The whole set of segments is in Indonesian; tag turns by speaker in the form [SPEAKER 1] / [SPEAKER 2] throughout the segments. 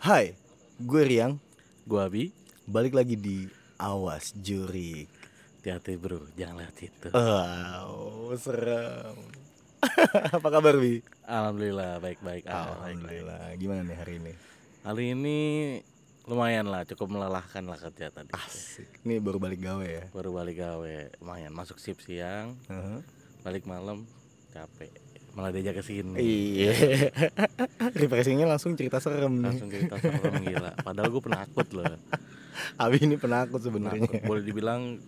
[SPEAKER 1] Hai, gue Riang.
[SPEAKER 2] Gua Abi,
[SPEAKER 1] Balik lagi di Awas Jurik.
[SPEAKER 2] hati-hati bro, jangan lihat itu.
[SPEAKER 1] Wow, serem. Apa kabar, Bi?
[SPEAKER 2] Alhamdulillah baik-baik. ah, baik-baik.
[SPEAKER 1] Alhamdulillah. Gimana nih hari ini?
[SPEAKER 2] Hari ini lumayan lah, cukup melelahkan lah kerja tadi.
[SPEAKER 1] Asik. Nih baru balik gawe ya.
[SPEAKER 2] Baru balik gawe, lumayan. Masuk shift siang,
[SPEAKER 1] Heeh.
[SPEAKER 2] balik malam, capek. Malah diajak ke sini.
[SPEAKER 1] Iya. Refreshingnya langsung cerita serem nih.
[SPEAKER 2] Langsung cerita serem gila. Padahal gue penakut loh.
[SPEAKER 1] Abi ini penakut
[SPEAKER 2] Penakut.
[SPEAKER 1] sebenarnya.
[SPEAKER 2] Boleh dibilang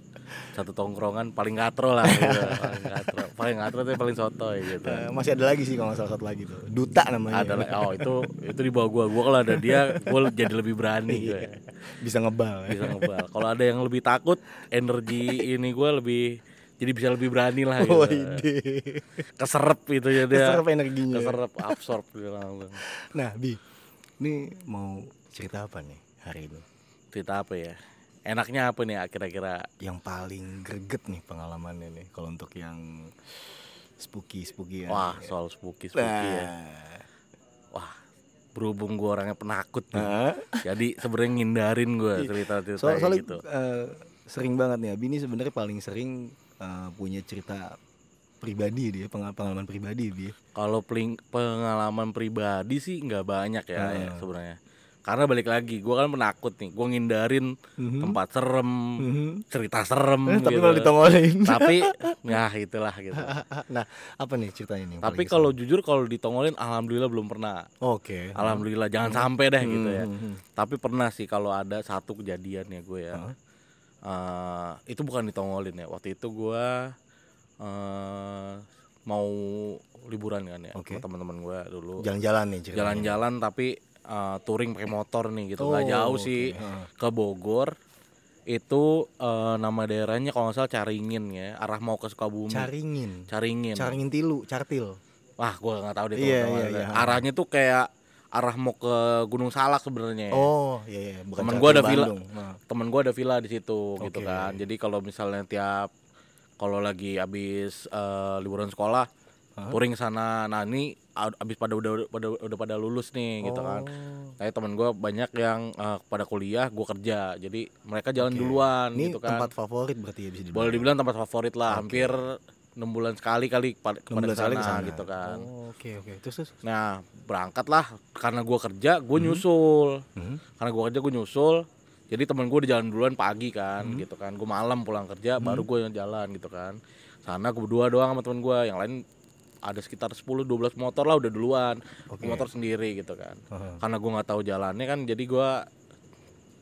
[SPEAKER 2] satu tongkrongan paling katro lah. Gitu. Paling katro, paling katro tapi paling sotoy gitu.
[SPEAKER 1] Eh, masih ada lagi sih kalau nggak salah satu lagi tuh. Duta namanya.
[SPEAKER 2] Ada oh itu itu di bawah gua. Gua kalau ada dia, gua jadi lebih berani.
[SPEAKER 1] Iya.
[SPEAKER 2] gue.
[SPEAKER 1] Bisa ngebal. Ya.
[SPEAKER 2] bisa ngebal. Kalau ada yang lebih takut, energi ini gue lebih jadi bisa lebih berani lah gitu.
[SPEAKER 1] Oh, ide.
[SPEAKER 2] Keserep itu ya dia.
[SPEAKER 1] Keserap energinya.
[SPEAKER 2] Keserep, absorb gitu langsung.
[SPEAKER 1] Nah, Bi. Ini mau cerita apa nih hari ini?
[SPEAKER 2] Cerita apa ya? Enaknya apa nih ah, kira-kira?
[SPEAKER 1] yang paling greget nih pengalamannya nih kalau untuk yang spooky spooky ya.
[SPEAKER 2] Wah, soal spooky spooky ya.
[SPEAKER 1] nah.
[SPEAKER 2] Wah, berhubung gue orangnya penakut nih.
[SPEAKER 1] Hah?
[SPEAKER 2] Jadi sebenarnya ngindarin gue cerita-cerita
[SPEAKER 1] Soal-
[SPEAKER 2] kayak
[SPEAKER 1] Iya. soalnya
[SPEAKER 2] gitu.
[SPEAKER 1] eh, sering banget nih Abi ini sebenarnya paling sering eh, punya cerita pribadi dia pengal- pengalaman pribadi dia
[SPEAKER 2] Kalau peling- pengalaman pribadi sih nggak banyak ya, ya
[SPEAKER 1] Hmm.
[SPEAKER 2] sebenarnya. Karena balik lagi, gue kan penakut nih. Gue ngindarin
[SPEAKER 1] Mhm.
[SPEAKER 2] tempat serem,
[SPEAKER 1] Mhm.
[SPEAKER 2] cerita serem
[SPEAKER 1] Eh, tapi
[SPEAKER 2] Mm-hmm. gitu.
[SPEAKER 1] malah ditongolin
[SPEAKER 2] Tapi ya itulah gitu.
[SPEAKER 1] nah apa nih ceritanya nih yang
[SPEAKER 2] Tapi
[SPEAKER 1] paling
[SPEAKER 2] kalau jujur kalau ditongolin alhamdulillah belum pernah.
[SPEAKER 1] kesel? oke
[SPEAKER 2] Alhamdulillah jangan sampai deh gitu ya.
[SPEAKER 1] Mhm.
[SPEAKER 2] Tapi pernah sih kalau ada satu kejadian ya gue ya.
[SPEAKER 1] Heeh.
[SPEAKER 2] Eh, itu bukan ditongolin ya. Waktu itu gue eh, mau liburan kan ya
[SPEAKER 1] Oke.
[SPEAKER 2] sama teman-teman gue dulu.
[SPEAKER 1] jalan-jalan nih ceritanya
[SPEAKER 2] Jalan-jalan tapi eh, touring pakai motor nih gitu.
[SPEAKER 1] Oh,
[SPEAKER 2] nggak jauh
[SPEAKER 1] oke.
[SPEAKER 2] sih
[SPEAKER 1] Heeh.
[SPEAKER 2] ke Bogor. Itu eh, nama daerahnya kalau nggak salah Caringin ya, arah mau ke Sukabumi.
[SPEAKER 1] caringin
[SPEAKER 2] Caringin.
[SPEAKER 1] caringin tilu cartil
[SPEAKER 2] Wah, gua nggak tahu deh
[SPEAKER 1] Iya,
[SPEAKER 2] teman-teman.
[SPEAKER 1] iya, iya.
[SPEAKER 2] Arahnya tuh kayak arah mau ke Gunung Salak sebenarnya.
[SPEAKER 1] oh iya iya bukan
[SPEAKER 2] Temen
[SPEAKER 1] Cartil
[SPEAKER 2] gua ada villa.
[SPEAKER 1] Bandung. Nah.
[SPEAKER 2] Temen gua ada villa di situ gitu
[SPEAKER 1] Oke.
[SPEAKER 2] kan. Jadi kalau misalnya tiap kalau lagi habis eh, liburan sekolah
[SPEAKER 1] Hah?
[SPEAKER 2] touring ke sana. Nah, ini a- abis pada udah pada udah pada lulus nih gitu kan.
[SPEAKER 1] Oh.
[SPEAKER 2] Kayak temen gua banyak yang eh, pada kuliah, gua kerja. Jadi mereka jalan
[SPEAKER 1] Oke.
[SPEAKER 2] duluan
[SPEAKER 1] Ini
[SPEAKER 2] gitu kan.
[SPEAKER 1] tempat favorit berarti ya bisa dibilang.
[SPEAKER 2] Boleh dibilang tempat favorit lah, hampir 6 bulan sekali kali pa-
[SPEAKER 1] Enam
[SPEAKER 2] kepada
[SPEAKER 1] bulan sekali
[SPEAKER 2] sana,
[SPEAKER 1] kesana.
[SPEAKER 2] gitu kan.
[SPEAKER 1] Oh, Oke oke. Terus terus.
[SPEAKER 2] Nah berangkatlah karena gua kerja gue
[SPEAKER 1] Hmm.
[SPEAKER 2] nyusul
[SPEAKER 1] Mhm.
[SPEAKER 2] karena gua kerja gue nyusul jadi temen gue di jalan duluan pagi kan gitu kan gue malam pulang kerja baru gue yang jalan gitu kan sana gue berdua doang sama temen gue yang lain ada sekitar 10-12 motor lah udah duluan Gua
[SPEAKER 1] Oke.
[SPEAKER 2] motor sendiri gitu kan
[SPEAKER 1] Heeh.
[SPEAKER 2] karena gua nggak tahu jalannya kan jadi gua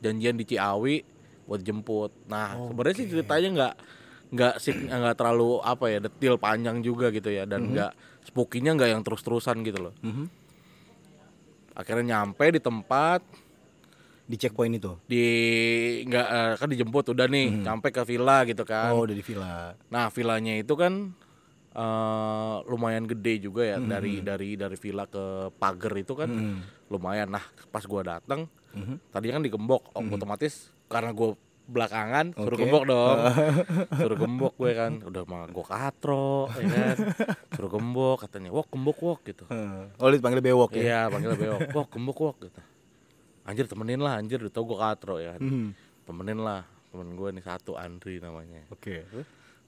[SPEAKER 2] janjian di Ciawi buat jemput nah sebenarnya sih ceritanya nggak nggak sih nggak terlalu apa ya detil panjang juga gitu ya dan nggak spookinya nggak yang terus terusan gitu loh
[SPEAKER 1] Mhm.
[SPEAKER 2] akhirnya nyampe di tempat
[SPEAKER 1] Di checkpoint itu.
[SPEAKER 2] di nggak eh, kan dijemput udah nih nyampe ke villa gitu kan
[SPEAKER 1] Oh udah di villa.
[SPEAKER 2] nah villanya itu kan eh, lumayan gede juga ya dari dari dari villa ke pagar itu kan lumayan nah pas gua datang tadinya kan digembok otomatis karena gua belakangan suruh
[SPEAKER 1] Oke.
[SPEAKER 2] gembok dong suruh gembok gue kan udah mah gua katro ya kan suruh gembok katanya wok gembok wok gitu
[SPEAKER 1] Heeh. Oh lu dipanggil bewok ya.
[SPEAKER 2] Iya, panggil bewok. Wok, gembok wok gitu. Anjir temenin lah, anjir udah tau gue katro ya.
[SPEAKER 1] Hmm.
[SPEAKER 2] Temenin lah, temen gue nih satu Andri namanya.
[SPEAKER 1] Oke.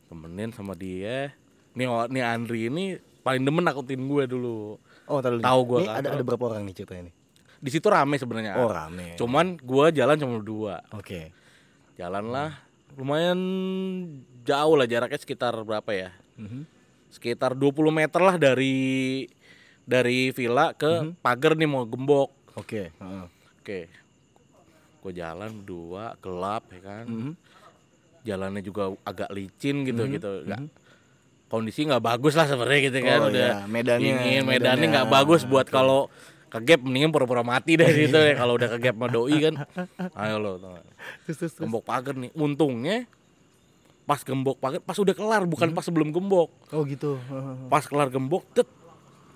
[SPEAKER 2] Temenin sama dia. Nih, o- nih Andri ini paling demen nakutin gue dulu.
[SPEAKER 1] Oh taruh
[SPEAKER 2] Tahu gua
[SPEAKER 1] Ini
[SPEAKER 2] kan.
[SPEAKER 1] ada ada berapa orang nih ceritanya nih?
[SPEAKER 2] Di situ rame sebenarnya.
[SPEAKER 1] Oh rame.
[SPEAKER 2] Cuman gue jalan cuma berdua.
[SPEAKER 1] Oke.
[SPEAKER 2] Jalan lah, lumayan jauh lah jaraknya sekitar berapa ya? Sekitar 20 meter lah dari dari villa
[SPEAKER 1] Hmm.
[SPEAKER 2] ke pagar nih mau gembok.
[SPEAKER 1] Oke. Heeh.
[SPEAKER 2] Oke. Gue jalan berdua gelap ya kan.
[SPEAKER 1] Mm-hmm.
[SPEAKER 2] Jalannya juga agak licin gitu gitu. Nggak- kondisi nggak bagus lah sebenarnya gitu kan
[SPEAKER 1] Mm-hmm. Oh,
[SPEAKER 2] udah.
[SPEAKER 1] iya. Medannya-
[SPEAKER 2] dingin, medannya
[SPEAKER 1] medannya.
[SPEAKER 2] nggak bagus buat kalau kegap mendingan pura-pura mati deh
[SPEAKER 1] Iya.
[SPEAKER 2] gitu ya kalau udah kegap sama doi kan. Ayo lo. tau nggak?
[SPEAKER 1] Terus terus. terus.
[SPEAKER 2] Gembok pagar nih. Untungnya pas gembok pagar pas udah kelar
[SPEAKER 1] Mm-hmm.
[SPEAKER 2] bukan pas sebelum gembok.
[SPEAKER 1] Oh gitu. Heeh.
[SPEAKER 2] Pas kelar gembok tet.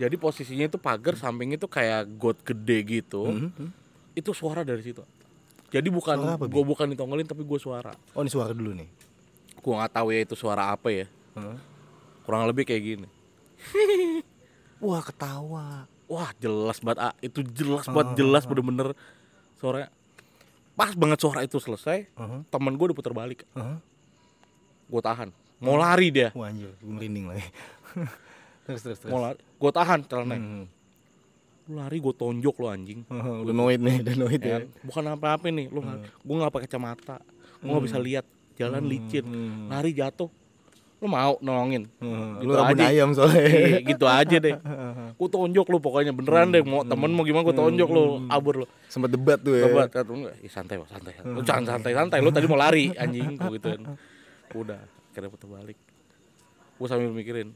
[SPEAKER 2] Jadi posisinya itu pagar samping itu kayak got gede gitu. Itu suara dari situ. Jadi bukan
[SPEAKER 1] Hmm, Suara apa, Bi?
[SPEAKER 2] gue bukan ditongolin tapi gue suara.
[SPEAKER 1] Oh ini suara dulu nih.
[SPEAKER 2] Gue nggak tahu ya itu suara apa ya.
[SPEAKER 1] Heeh.
[SPEAKER 2] Kurang lebih kayak gini.
[SPEAKER 1] Wah ketawa.
[SPEAKER 2] Wah jelas banget ah. itu jelas banget jelas bener-bener sore pas banget suara itu selesai
[SPEAKER 1] Heeh.
[SPEAKER 2] temen gue udah putar balik
[SPEAKER 1] Heeh.
[SPEAKER 2] gue tahan mau
[SPEAKER 1] Hmm.
[SPEAKER 2] lari dia
[SPEAKER 1] Wah anjir, gue merinding lagi. terus terus terus.
[SPEAKER 2] mau lari gue tahan celananya
[SPEAKER 1] Hmm.
[SPEAKER 2] lu lari gue tonjok lo anjing
[SPEAKER 1] Heeh, Udah noid nih, udah noid ya.
[SPEAKER 2] ya. bukan apa-apa nih lu lari. gue nggak pakai kacamata gue nggak bisa lihat jalan licin
[SPEAKER 1] Hmm. hmm.
[SPEAKER 2] lari jatuh lu mau nolongin
[SPEAKER 1] Heeh,
[SPEAKER 2] Gitu
[SPEAKER 1] Lu rabun
[SPEAKER 2] aja.
[SPEAKER 1] ayam soalnya.
[SPEAKER 2] Iya, gitu aja deh gue tonjok lu pokoknya beneran deh
[SPEAKER 1] Hmm.
[SPEAKER 2] mau temen mau gimana gue tonjok lu abur lu
[SPEAKER 1] Sempet debat tuh ya.
[SPEAKER 2] Coba kata enggak, "Ih, santai, Pak, santai.
[SPEAKER 1] Hmm.
[SPEAKER 2] Lu jangan santai, santai. Lu tadi mau lari anjing gua gituin. Udah, akhirnya putar balik. Gua sambil mikirin.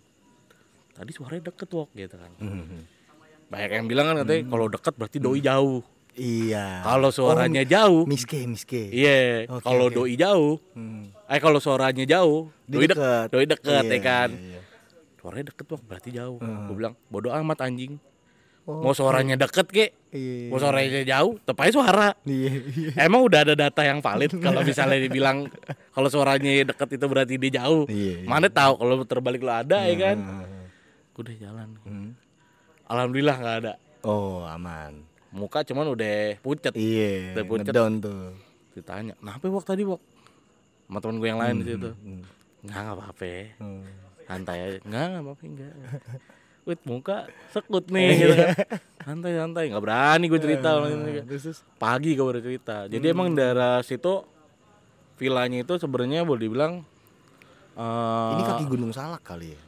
[SPEAKER 2] Tadi suaranya deket wok gitu kan.
[SPEAKER 1] Hmm.
[SPEAKER 2] Banyak yang bilang kan katanya kalau deket berarti doi jauh.
[SPEAKER 1] Iya.
[SPEAKER 2] Kalau suaranya jauh,
[SPEAKER 1] Oh, miske miske.
[SPEAKER 2] iya.
[SPEAKER 1] Oke,
[SPEAKER 2] kalau
[SPEAKER 1] oke.
[SPEAKER 2] doi jauh,
[SPEAKER 1] Hmm.
[SPEAKER 2] eh kalau suaranya jauh,
[SPEAKER 1] Dia
[SPEAKER 2] doi
[SPEAKER 1] deket.
[SPEAKER 2] deket, doi deket
[SPEAKER 1] Iya,
[SPEAKER 2] ya kan.
[SPEAKER 1] iya, iya.
[SPEAKER 2] Suaranya deket wok berarti jauh. Gua bilang bodoh amat anjing.
[SPEAKER 1] Oh,
[SPEAKER 2] Mau suaranya deket kek,
[SPEAKER 1] Iya.
[SPEAKER 2] mau suaranya jauh, tepai suara.
[SPEAKER 1] Iya. iya.
[SPEAKER 2] Emang udah ada data yang valid kalau misalnya dibilang kalau suaranya deket itu berarti dia jauh.
[SPEAKER 1] Iya, iya.
[SPEAKER 2] Mana tahu kalau terbalik lo ada ya kan.
[SPEAKER 1] Heeh.
[SPEAKER 2] Gua Udah jalan.
[SPEAKER 1] Hmm.
[SPEAKER 2] Alhamdulillah nggak ada.
[SPEAKER 1] Oh, aman.
[SPEAKER 2] Muka cuman udah pucet.
[SPEAKER 1] Iya.
[SPEAKER 2] Udah pucet.
[SPEAKER 1] Ngedown tuh.
[SPEAKER 2] Ditanya, "Kenapa Wak tadi, Wak?" Sama temen gue yang lain di situ.
[SPEAKER 1] hmm.
[SPEAKER 2] Nggak nggak apa-apa.
[SPEAKER 1] Hmm.
[SPEAKER 2] Santai aja. Nggak nggak apa-apa enggak. Wih, muka sekut nih
[SPEAKER 1] Iya.
[SPEAKER 2] gitu kan. Santai santai, nggak berani gue cerita. gitu.
[SPEAKER 1] Terus, terus.
[SPEAKER 2] pagi gue baru cerita jadi
[SPEAKER 1] Hmm.
[SPEAKER 2] emang daerah situ villanya itu sebenarnya boleh dibilang eh,
[SPEAKER 1] Ini kaki gunung salak kali ya.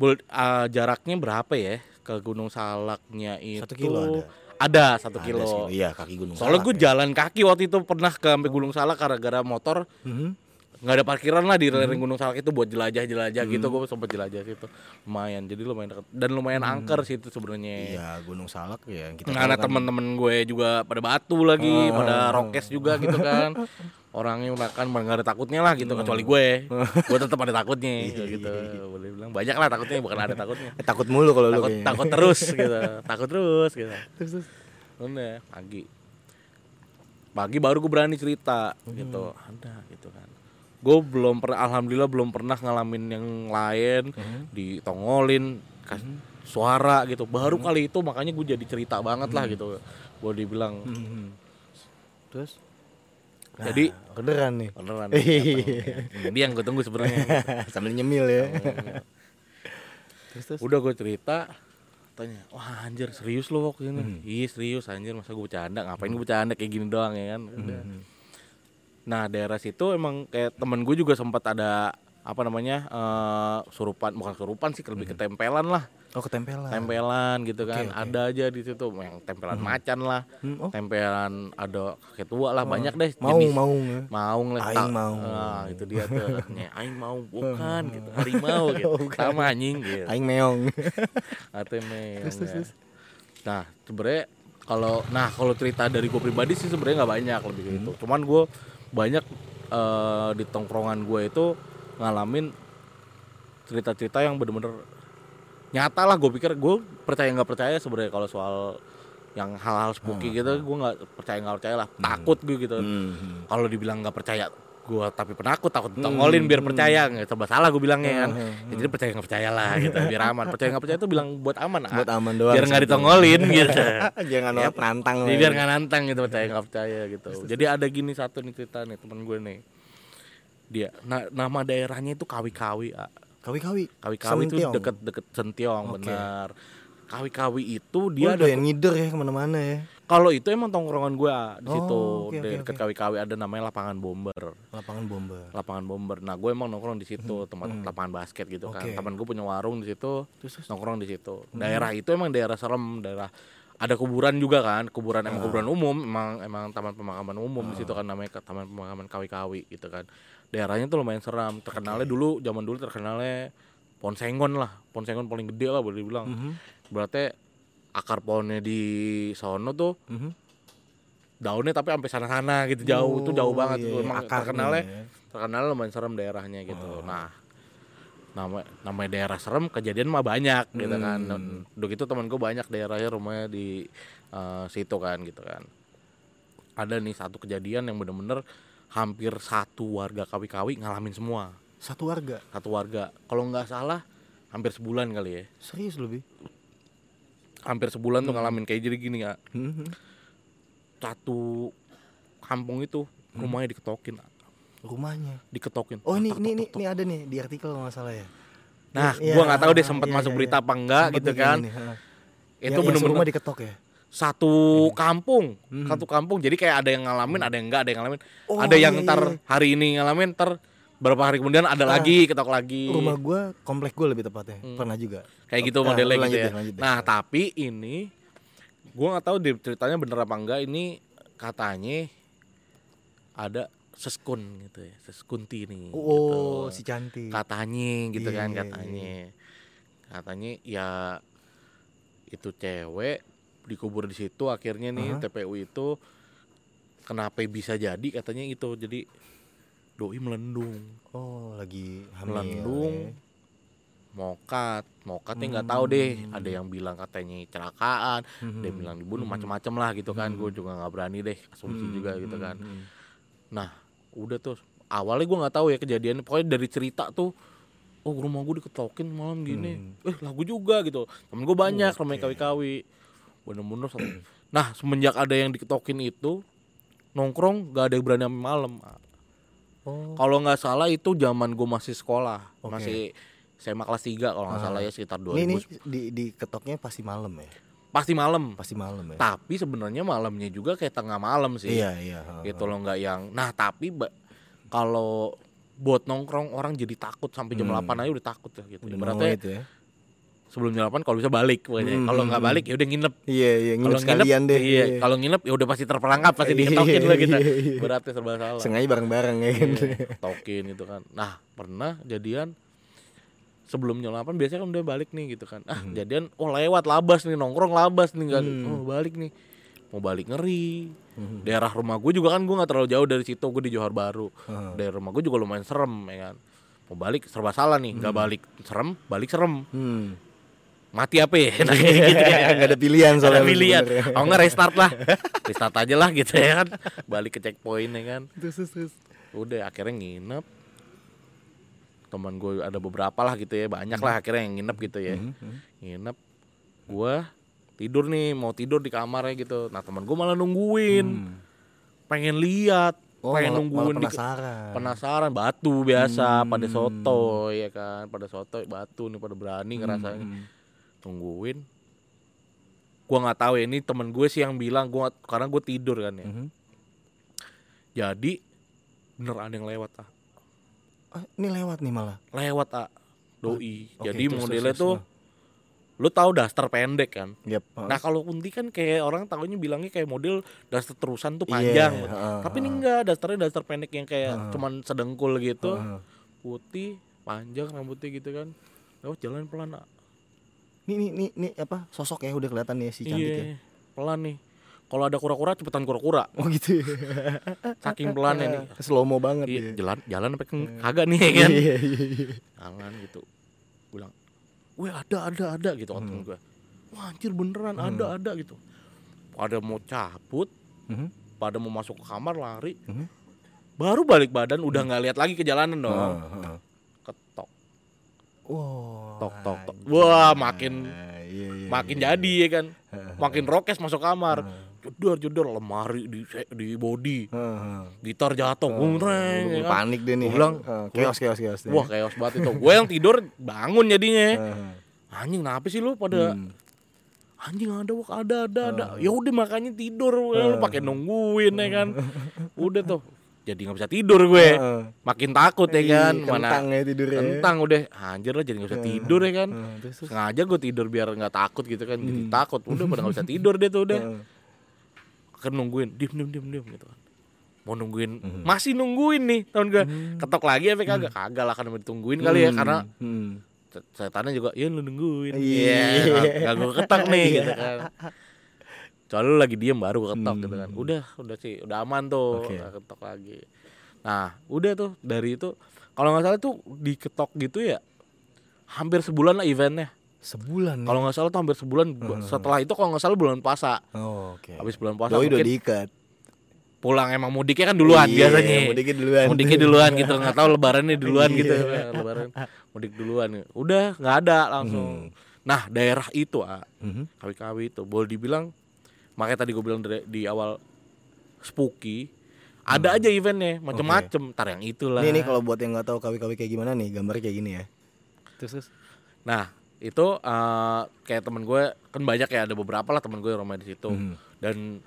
[SPEAKER 2] bol- eh, jaraknya berapa ya ke Gunung Salaknya itu
[SPEAKER 1] Satu kilo ada.
[SPEAKER 2] ada satu
[SPEAKER 1] Ada
[SPEAKER 2] kilo
[SPEAKER 1] sekilo. Iya, kaki gunung
[SPEAKER 2] soalnya
[SPEAKER 1] salak.
[SPEAKER 2] gue jalan kaki waktu itu pernah ke sampai Gunung Salak gara-gara motor
[SPEAKER 1] Mhm.
[SPEAKER 2] nggak ada parkiran lah di lereng Gunung Salak itu buat jelajah-jelajah gitu gue sempet jelajah situ lumayan jadi lumayan deket dan lumayan angker sih itu sebenarnya
[SPEAKER 1] Iya, gunung salak ya yang kita
[SPEAKER 2] Nah, ada teman-teman gue juga pada batu lagi, pada rokes juga gitu kan. Orangnya makan nggak ada takutnya lah gitu kecuali gue. Gue tetap ada takutnya gitu. Boleh bilang banyak lah takutnya bukan ada takutnya.
[SPEAKER 1] Eh, takut mulu kalau lu
[SPEAKER 2] Takut
[SPEAKER 1] kayaknya.
[SPEAKER 2] takut terus gitu. Takut terus gitu. Udah, pagi. Pagi baru gue berani cerita
[SPEAKER 1] Oh, iya.
[SPEAKER 2] gitu. Ada gitu kan. Gue belum pernah alhamdulillah belum pernah ngalamin yang lain
[SPEAKER 1] Mhm.
[SPEAKER 2] ditongolin kas- suara gitu. Baru
[SPEAKER 1] Mhm.
[SPEAKER 2] kali itu makanya gue jadi cerita banget lah gitu. Gue dibilang
[SPEAKER 1] Mhm. Terus
[SPEAKER 2] jadi
[SPEAKER 1] Nah, Iya. kedengeran nih.
[SPEAKER 2] beneran. datang. Ini yang gue tunggu sebenarnya.
[SPEAKER 1] Sambil nyemil
[SPEAKER 2] Oh,
[SPEAKER 1] ya.
[SPEAKER 2] iya.
[SPEAKER 1] terus terus.
[SPEAKER 2] Udah gue cerita tanya, wah anjir serius lo waktu ini?
[SPEAKER 1] Hmm.
[SPEAKER 2] Iya serius anjir masa gue bercanda, ngapain gue bercanda kayak gini doang ya kan?
[SPEAKER 1] Hmm,
[SPEAKER 2] Udah. Nah daerah situ emang kayak temen gue juga sempat ada apa namanya eh, surupan bukan surupan sih lebih ketempelan lah
[SPEAKER 1] Oh, ketempelan.
[SPEAKER 2] tempelan gitu kan
[SPEAKER 1] oke.
[SPEAKER 2] ada aja di situ yang tempelan macan lah
[SPEAKER 1] Hmm, oh.
[SPEAKER 2] tempelan ada kakek tua lah banyak deh
[SPEAKER 1] Maung,
[SPEAKER 2] jenis.
[SPEAKER 1] maung ya.
[SPEAKER 2] maung lah
[SPEAKER 1] Aing
[SPEAKER 2] tak-
[SPEAKER 1] maung.
[SPEAKER 2] ah, itu dia tuh katanya, aing maung bukan gitu harimau gitu sama anjing gitu
[SPEAKER 1] Aing meong.
[SPEAKER 2] atau emang ya. nah sebenarnya kalau nah kalau cerita dari gue pribadi sih sebenarnya nggak banyak lebih gitu cuman gue banyak eh, di tongkrongan gue itu ngalamin cerita-cerita yang bener-bener nyata lah gue pikir gue percaya nggak percaya sebenarnya kalau soal yang hal-hal spooky gitu gue nggak percaya nggak percaya lah takut gue gitu
[SPEAKER 1] Hmm.
[SPEAKER 2] kalau dibilang nggak percaya gue tapi penakut takut ditongolin biar percaya
[SPEAKER 1] Hmm.
[SPEAKER 2] nggak coba salah gue bilangnya kan Ya, jadi percaya nggak percaya lah gitu biar aman percaya nggak percaya itu bilang buat aman
[SPEAKER 1] Buat
[SPEAKER 2] ah.
[SPEAKER 1] aman doang.
[SPEAKER 2] biar nggak
[SPEAKER 1] sebetulnya.
[SPEAKER 2] ditongolin gitu
[SPEAKER 1] Ah, Jangan
[SPEAKER 2] Ya,
[SPEAKER 1] nantang.
[SPEAKER 2] jadi biar nggak nantang gitu percaya nggak percaya gitu jadi ada gini satu nih cerita nih temen gue nih dia na- nama daerahnya itu kawi-kawi ah.
[SPEAKER 1] Kawi-kawi.
[SPEAKER 2] kawi-kawi itu
[SPEAKER 1] Sentiong.
[SPEAKER 2] deket-deket sentiong
[SPEAKER 1] Oke.
[SPEAKER 2] benar kawi-kawi itu
[SPEAKER 1] Dia
[SPEAKER 2] dia
[SPEAKER 1] ada
[SPEAKER 2] ada
[SPEAKER 1] yang ngider ya kemana-mana ya.
[SPEAKER 2] kalau itu emang tongkrongan gue ah, di
[SPEAKER 1] Oh,
[SPEAKER 2] situ
[SPEAKER 1] oke, oke,
[SPEAKER 2] deket
[SPEAKER 1] oke.
[SPEAKER 2] kawi-kawi ada namanya lapangan bomber
[SPEAKER 1] Lapangan bomba.
[SPEAKER 2] lapangan bomber. Nah, gue emang nongkrong di situ, tempat lapangan basket gitu kan.
[SPEAKER 1] Hmm. Oke.
[SPEAKER 2] Teman gue punya warung di situ,
[SPEAKER 1] Terus, Hmm. terus.
[SPEAKER 2] nongkrong di situ. Daerah itu emang daerah serem, daerah ada kuburan juga kan, kuburan
[SPEAKER 1] Ah.
[SPEAKER 2] emang kuburan umum, emang emang taman pemakaman umum di situ kan namanya ke- taman pemakaman kawi-kawi gitu kan. Daerahnya tuh lumayan seram. Terkenalnya dulu zaman dulu terkenalnya pohon sengon lah, pohon sengon paling gede lah boleh dibilang.
[SPEAKER 1] Hmm.
[SPEAKER 2] Berarti akar pohonnya di sono tuh
[SPEAKER 1] Mhm.
[SPEAKER 2] daunnya tapi sampai sana-sana gitu jauh itu jauh
[SPEAKER 1] Oh,
[SPEAKER 2] banget
[SPEAKER 1] iya,
[SPEAKER 2] itu
[SPEAKER 1] iya,
[SPEAKER 2] emang
[SPEAKER 1] akarnya
[SPEAKER 2] terkenalnya
[SPEAKER 1] ya. Oh.
[SPEAKER 2] terkenal lumayan serem daerahnya gitu nah nama namanya daerah serem kejadian mah banyak gitu kan
[SPEAKER 1] Hmm.
[SPEAKER 2] udah gitu teman gue banyak daerahnya rumahnya di eh, situ kan gitu kan ada nih satu kejadian yang bener-bener hampir satu warga kawi-kawi ngalamin semua
[SPEAKER 1] Satu warga.
[SPEAKER 2] satu warga kalau nggak salah hampir sebulan kali ya
[SPEAKER 1] Serius lebih. Hmm.
[SPEAKER 2] Mhm. hampir sebulan tuh ngalamin kayak jadi gini ya
[SPEAKER 1] Mhm.
[SPEAKER 2] satu kampung itu rumahnya diketokin
[SPEAKER 1] rumahnya.
[SPEAKER 2] diketokin
[SPEAKER 1] Oh ini
[SPEAKER 2] Tok, tok,
[SPEAKER 1] ini ini,
[SPEAKER 2] tok, tok.
[SPEAKER 1] ini ada nih di artikel kalau nggak salah ya.
[SPEAKER 2] nah
[SPEAKER 1] Iya,
[SPEAKER 2] gua nggak tahu deh
[SPEAKER 1] ah,
[SPEAKER 2] sempat
[SPEAKER 1] iya,
[SPEAKER 2] masuk
[SPEAKER 1] iya,
[SPEAKER 2] berita apa enggak
[SPEAKER 1] Sempet Iya,
[SPEAKER 2] gitu
[SPEAKER 1] nih
[SPEAKER 2] kan
[SPEAKER 1] kayaknya nih, ha.
[SPEAKER 2] itu
[SPEAKER 1] Yang- yang
[SPEAKER 2] benar-benar
[SPEAKER 1] rumah diketok ya.
[SPEAKER 2] satu kampung
[SPEAKER 1] Hmm.
[SPEAKER 2] satu kampung jadi kayak ada yang ngalamin ada yang enggak ada yang ngalamin
[SPEAKER 1] Oh,
[SPEAKER 2] ada yang
[SPEAKER 1] iya,
[SPEAKER 2] ntar
[SPEAKER 1] iya,
[SPEAKER 2] hari ini ngalamin ntar berapa hari kemudian ada
[SPEAKER 1] Ah.
[SPEAKER 2] lagi ketok lagi
[SPEAKER 1] iya. rumah gua komplek gua lebih tepatnya.
[SPEAKER 2] Hmm.
[SPEAKER 1] Pernah juga.
[SPEAKER 2] kayak gitu
[SPEAKER 1] Ah,
[SPEAKER 2] modelnya
[SPEAKER 1] lanjut
[SPEAKER 2] gitu ya
[SPEAKER 1] deh, lanjut deh.
[SPEAKER 2] nah tapi ini gua nggak tahu deh ceritanya bener apa enggak ini katanya ada seskun gitu ya seskunti nih
[SPEAKER 1] Oh, oh,
[SPEAKER 2] gitu.
[SPEAKER 1] si cantik.
[SPEAKER 2] katanya gitu
[SPEAKER 1] Iya,
[SPEAKER 2] kan
[SPEAKER 1] iya, iya.
[SPEAKER 2] katanya katanya ya itu cewek dikubur di situ akhirnya
[SPEAKER 1] Aha.
[SPEAKER 2] nih TPU itu kenapa bisa jadi katanya itu jadi doi melendung
[SPEAKER 1] Oh, lagi hamil.
[SPEAKER 2] melendung mokat mokat ya nggak
[SPEAKER 1] Hmm.
[SPEAKER 2] tahu deh ada yang bilang katanya kecelakaan
[SPEAKER 1] Hmm.
[SPEAKER 2] ada yang bilang dibunuh macam-macam lah gitu kan gue juga nggak berani deh asumsi
[SPEAKER 1] Hmm,
[SPEAKER 2] juga gitu kan
[SPEAKER 1] hmm.
[SPEAKER 2] Nah, udah tuh awalnya gue nggak tahu ya kejadiannya pokoknya dari cerita tuh oh rumah gue diketokin malam gini
[SPEAKER 1] Hmm.
[SPEAKER 2] eh lagu juga gitu temen gue
[SPEAKER 1] Oh,
[SPEAKER 2] banyak rumah kawi-kawi bener-bener sama- nah semenjak ada yang diketokin itu nongkrong gak ada yang berani sampai malam
[SPEAKER 1] Oh,
[SPEAKER 2] kalau nggak salah itu zaman gue masih sekolah
[SPEAKER 1] Oke.
[SPEAKER 2] masih SMA kelas 3 kalau nggak
[SPEAKER 1] Ah.
[SPEAKER 2] salah ya sekitar
[SPEAKER 1] ini ini
[SPEAKER 2] 2000
[SPEAKER 1] di di ketoknya pasti malam ya.
[SPEAKER 2] pasti malam
[SPEAKER 1] Pasti malam ya.
[SPEAKER 2] tapi sebenarnya malamnya juga kayak tengah malam sih
[SPEAKER 1] Iya, iya. ha, ha.
[SPEAKER 2] gitu loh nggak yang nah tapi ba- kalau buat nongkrong orang jadi takut sampai jam
[SPEAKER 1] Hmm.
[SPEAKER 2] 8 aja udah takut lah gitu
[SPEAKER 1] Udah
[SPEAKER 2] berarti
[SPEAKER 1] mulai itu ya.
[SPEAKER 2] sebelum jam 8 kalau bisa balik pokoknya
[SPEAKER 1] Hmm,
[SPEAKER 2] kalau
[SPEAKER 1] hmm,
[SPEAKER 2] nggak
[SPEAKER 1] hmm.
[SPEAKER 2] balik ya udah nginep
[SPEAKER 1] Iya, iya,
[SPEAKER 2] kalau
[SPEAKER 1] nginep sekalian deh.
[SPEAKER 2] iya, kalau nginep ya udah pasti terperangkap pasti
[SPEAKER 1] Iya,
[SPEAKER 2] dihitokin lah kita
[SPEAKER 1] iya, iya.
[SPEAKER 2] berarti serba salah
[SPEAKER 1] sengaja bareng-bareng ya kan.
[SPEAKER 2] Iya, tokin gitu kan nah pernah jadian sebelum jam 8 biasanya kan udah balik nih gitu kan ah jadian oh lewat labas nih nongkrong labas nih kan
[SPEAKER 1] Hmm.
[SPEAKER 2] oh balik nih mau balik ngeri
[SPEAKER 1] Hmm.
[SPEAKER 2] daerah rumah gue juga kan gue nggak terlalu jauh dari situ gue di Johor Baru
[SPEAKER 1] Hmm.
[SPEAKER 2] daerah rumah gue juga lumayan serem ya kan mau balik serba salah nih nggak balik serem balik serem
[SPEAKER 1] Hmm.
[SPEAKER 2] mati apa ya enaknya gitu ya
[SPEAKER 1] Nggak ada pilihan
[SPEAKER 2] Nggak
[SPEAKER 1] Iya, soalnya.
[SPEAKER 2] ada pilihan
[SPEAKER 1] sebenarnya.
[SPEAKER 2] oh nggak restart lah restart aja lah gitu ya kan balik ke checkpoint ya kan
[SPEAKER 1] Terus terus. terus.
[SPEAKER 2] udah akhirnya nginep teman gue ada beberapa lah gitu ya banyak
[SPEAKER 1] Mhm.
[SPEAKER 2] lah akhirnya yang nginep gitu ya
[SPEAKER 1] Hmm, hmm.
[SPEAKER 2] nginep gue tidur nih mau tidur di kamarnya gitu nah teman gue malah nungguin
[SPEAKER 1] Hmm.
[SPEAKER 2] pengen lihat
[SPEAKER 1] Oh,
[SPEAKER 2] pengen
[SPEAKER 1] malah-
[SPEAKER 2] nungguin
[SPEAKER 1] malah
[SPEAKER 2] gitu. di-
[SPEAKER 1] penasaran.
[SPEAKER 2] penasaran batu biasa
[SPEAKER 1] Hmm.
[SPEAKER 2] pada soto ya kan pada soto batu nih pada berani ngerasain
[SPEAKER 1] Hmm.
[SPEAKER 2] tungguin gua nggak tahu ya ini temen gue sih yang bilang gua nggak- karena gue tidur kan ya
[SPEAKER 1] Mhm.
[SPEAKER 2] jadi bener ada yang lewat ah
[SPEAKER 1] Ah, ini lewat nih malah.
[SPEAKER 2] lewat ah doi
[SPEAKER 1] Ah, Oke,
[SPEAKER 2] jadi
[SPEAKER 1] terus,
[SPEAKER 2] modelnya
[SPEAKER 1] terus,
[SPEAKER 2] tuh lu tahu daster pendek kan
[SPEAKER 1] Yep. Iya,
[SPEAKER 2] nah kalau kunti kan kayak orang tahunya bilangnya kayak model daster terusan
[SPEAKER 1] iya,
[SPEAKER 2] tuh panjang tapi ini enggak dasternya daster pendek yang kayak
[SPEAKER 1] Ah.
[SPEAKER 2] cuman sedengkul gitu
[SPEAKER 1] Heeh.
[SPEAKER 2] putih panjang rambutnya gitu kan lewat jalan pelan ah.
[SPEAKER 1] Ini ini ini, ini apa? Sosok ya udah kelihatan ya si cantik ya.
[SPEAKER 2] Iya, pelan nih. Kalau ada kura-kura cepetan kura-kura.
[SPEAKER 1] Oh gitu.
[SPEAKER 2] Saking pelannya nih.
[SPEAKER 1] Slow mo banget
[SPEAKER 2] Iya,
[SPEAKER 1] ya.
[SPEAKER 2] jalan jalan sampai ke- kagak nih ya kan.
[SPEAKER 1] Iya, iya, iya.
[SPEAKER 2] Tangan gitu. Gua Bilang, "Weh, ada ada ada" gitu kata temen gua. Wah, anjir beneran ada ada gitu. Pada mau cabut, Hmm.
[SPEAKER 1] Mhm.
[SPEAKER 2] pada mau masuk ke kamar lari.
[SPEAKER 1] Mhm.
[SPEAKER 2] Baru balik badan udah nggak lihat lagi ke jalanan dong.
[SPEAKER 1] Heeh, heeh.
[SPEAKER 2] Ketok,
[SPEAKER 1] Wow.
[SPEAKER 2] tok tok tok.
[SPEAKER 1] anjir.
[SPEAKER 2] Wah, makin
[SPEAKER 1] Iya, iya,
[SPEAKER 2] makin
[SPEAKER 1] iya.
[SPEAKER 2] jadi ya kan. Makin rokes masuk kamar. Jedor jedor lemari di di body.
[SPEAKER 1] Heeh, heeh.
[SPEAKER 2] gitar jatuh, bungreng,
[SPEAKER 1] Udah
[SPEAKER 2] ya kan?
[SPEAKER 1] panik deh nih.
[SPEAKER 2] Gua bilang,
[SPEAKER 1] Heeh, chaos chaos chaos. deh.
[SPEAKER 2] Wah chaos banget itu. Gue yang tidur bangun jadinya.
[SPEAKER 1] Heeh.
[SPEAKER 2] Anjing kenapa sih lu pada
[SPEAKER 1] Hmm. Ah.
[SPEAKER 2] anjing ada wak ada ada ada. Ya udah makanya tidur lu pakai nungguin ya kan. Udah tuh. Jadi nggak bisa tidur gue.
[SPEAKER 1] Heeh.
[SPEAKER 2] Makin takut
[SPEAKER 1] Ah.
[SPEAKER 2] ya
[SPEAKER 1] Iya,
[SPEAKER 2] kan.
[SPEAKER 1] kentang
[SPEAKER 2] Mana
[SPEAKER 1] ya tidurnya. Ah. ya.
[SPEAKER 2] kentang udah anjir lah jadi nggak bisa tidur ya kan.
[SPEAKER 1] Heeh, terus, terus.
[SPEAKER 2] Sengaja gue tidur biar nggak takut gitu kan. Jadi
[SPEAKER 1] Hmm.
[SPEAKER 2] takut. Udah pada nggak bisa tidur deh tuh udah.
[SPEAKER 1] Heeh. Ah.
[SPEAKER 2] Kan nungguin diem diem diem diem gitu kan. Mau nungguin,
[SPEAKER 1] Hmm.
[SPEAKER 2] masih nungguin nih tahun gue. Ketok lagi apa kagak? Kagak lah kan ditungguin kali ya karena
[SPEAKER 1] Hmm.
[SPEAKER 2] Se- setannya juga ya lu nungguin
[SPEAKER 1] Iya.
[SPEAKER 2] nggak gue ketok nih gitu kan Soalnya lu lagi diem baru gue ketok gitu kan udah udah sih udah aman tuh
[SPEAKER 1] Hmm. Oke.
[SPEAKER 2] nggak ketok lagi nah udah tuh dari itu kalau nggak salah tuh diketok gitu ya hampir sebulan lah eventnya
[SPEAKER 1] sebulan nih.
[SPEAKER 2] kalau nggak salah tuh hampir sebulan setelah itu kalau nggak salah bulan puasa
[SPEAKER 1] Oh, oke.
[SPEAKER 2] habis bulan puasa
[SPEAKER 1] Hmm. Doi udah
[SPEAKER 2] mungkin
[SPEAKER 1] diikat.
[SPEAKER 2] pulang emang mudiknya kan duluan
[SPEAKER 1] Iya,
[SPEAKER 2] biasanya
[SPEAKER 1] mudiknya duluan.
[SPEAKER 2] mudiknya duluan gitu nggak tahu lebarannya duluan
[SPEAKER 1] Iya.
[SPEAKER 2] gitu lebaran mudik duluan udah nggak ada langsung
[SPEAKER 1] Hmm.
[SPEAKER 2] nah daerah itu ah
[SPEAKER 1] Mhm.
[SPEAKER 2] kawi-kawi itu boleh dibilang makanya tadi gue bilang dari- di awal spooky Ada aja eventnya macem-macem. Ntar yang
[SPEAKER 1] Hmm.
[SPEAKER 2] itulah.
[SPEAKER 1] Ini nih kalau buat yang nggak tahu KW-KW kayak gimana nih, gambarnya kayak gini ya. Terus terus.
[SPEAKER 2] Nah itu eh, kayak temen gue kan banyak ya ada beberapa lah temen gue yang rumah di situ
[SPEAKER 1] Hmm.
[SPEAKER 2] dan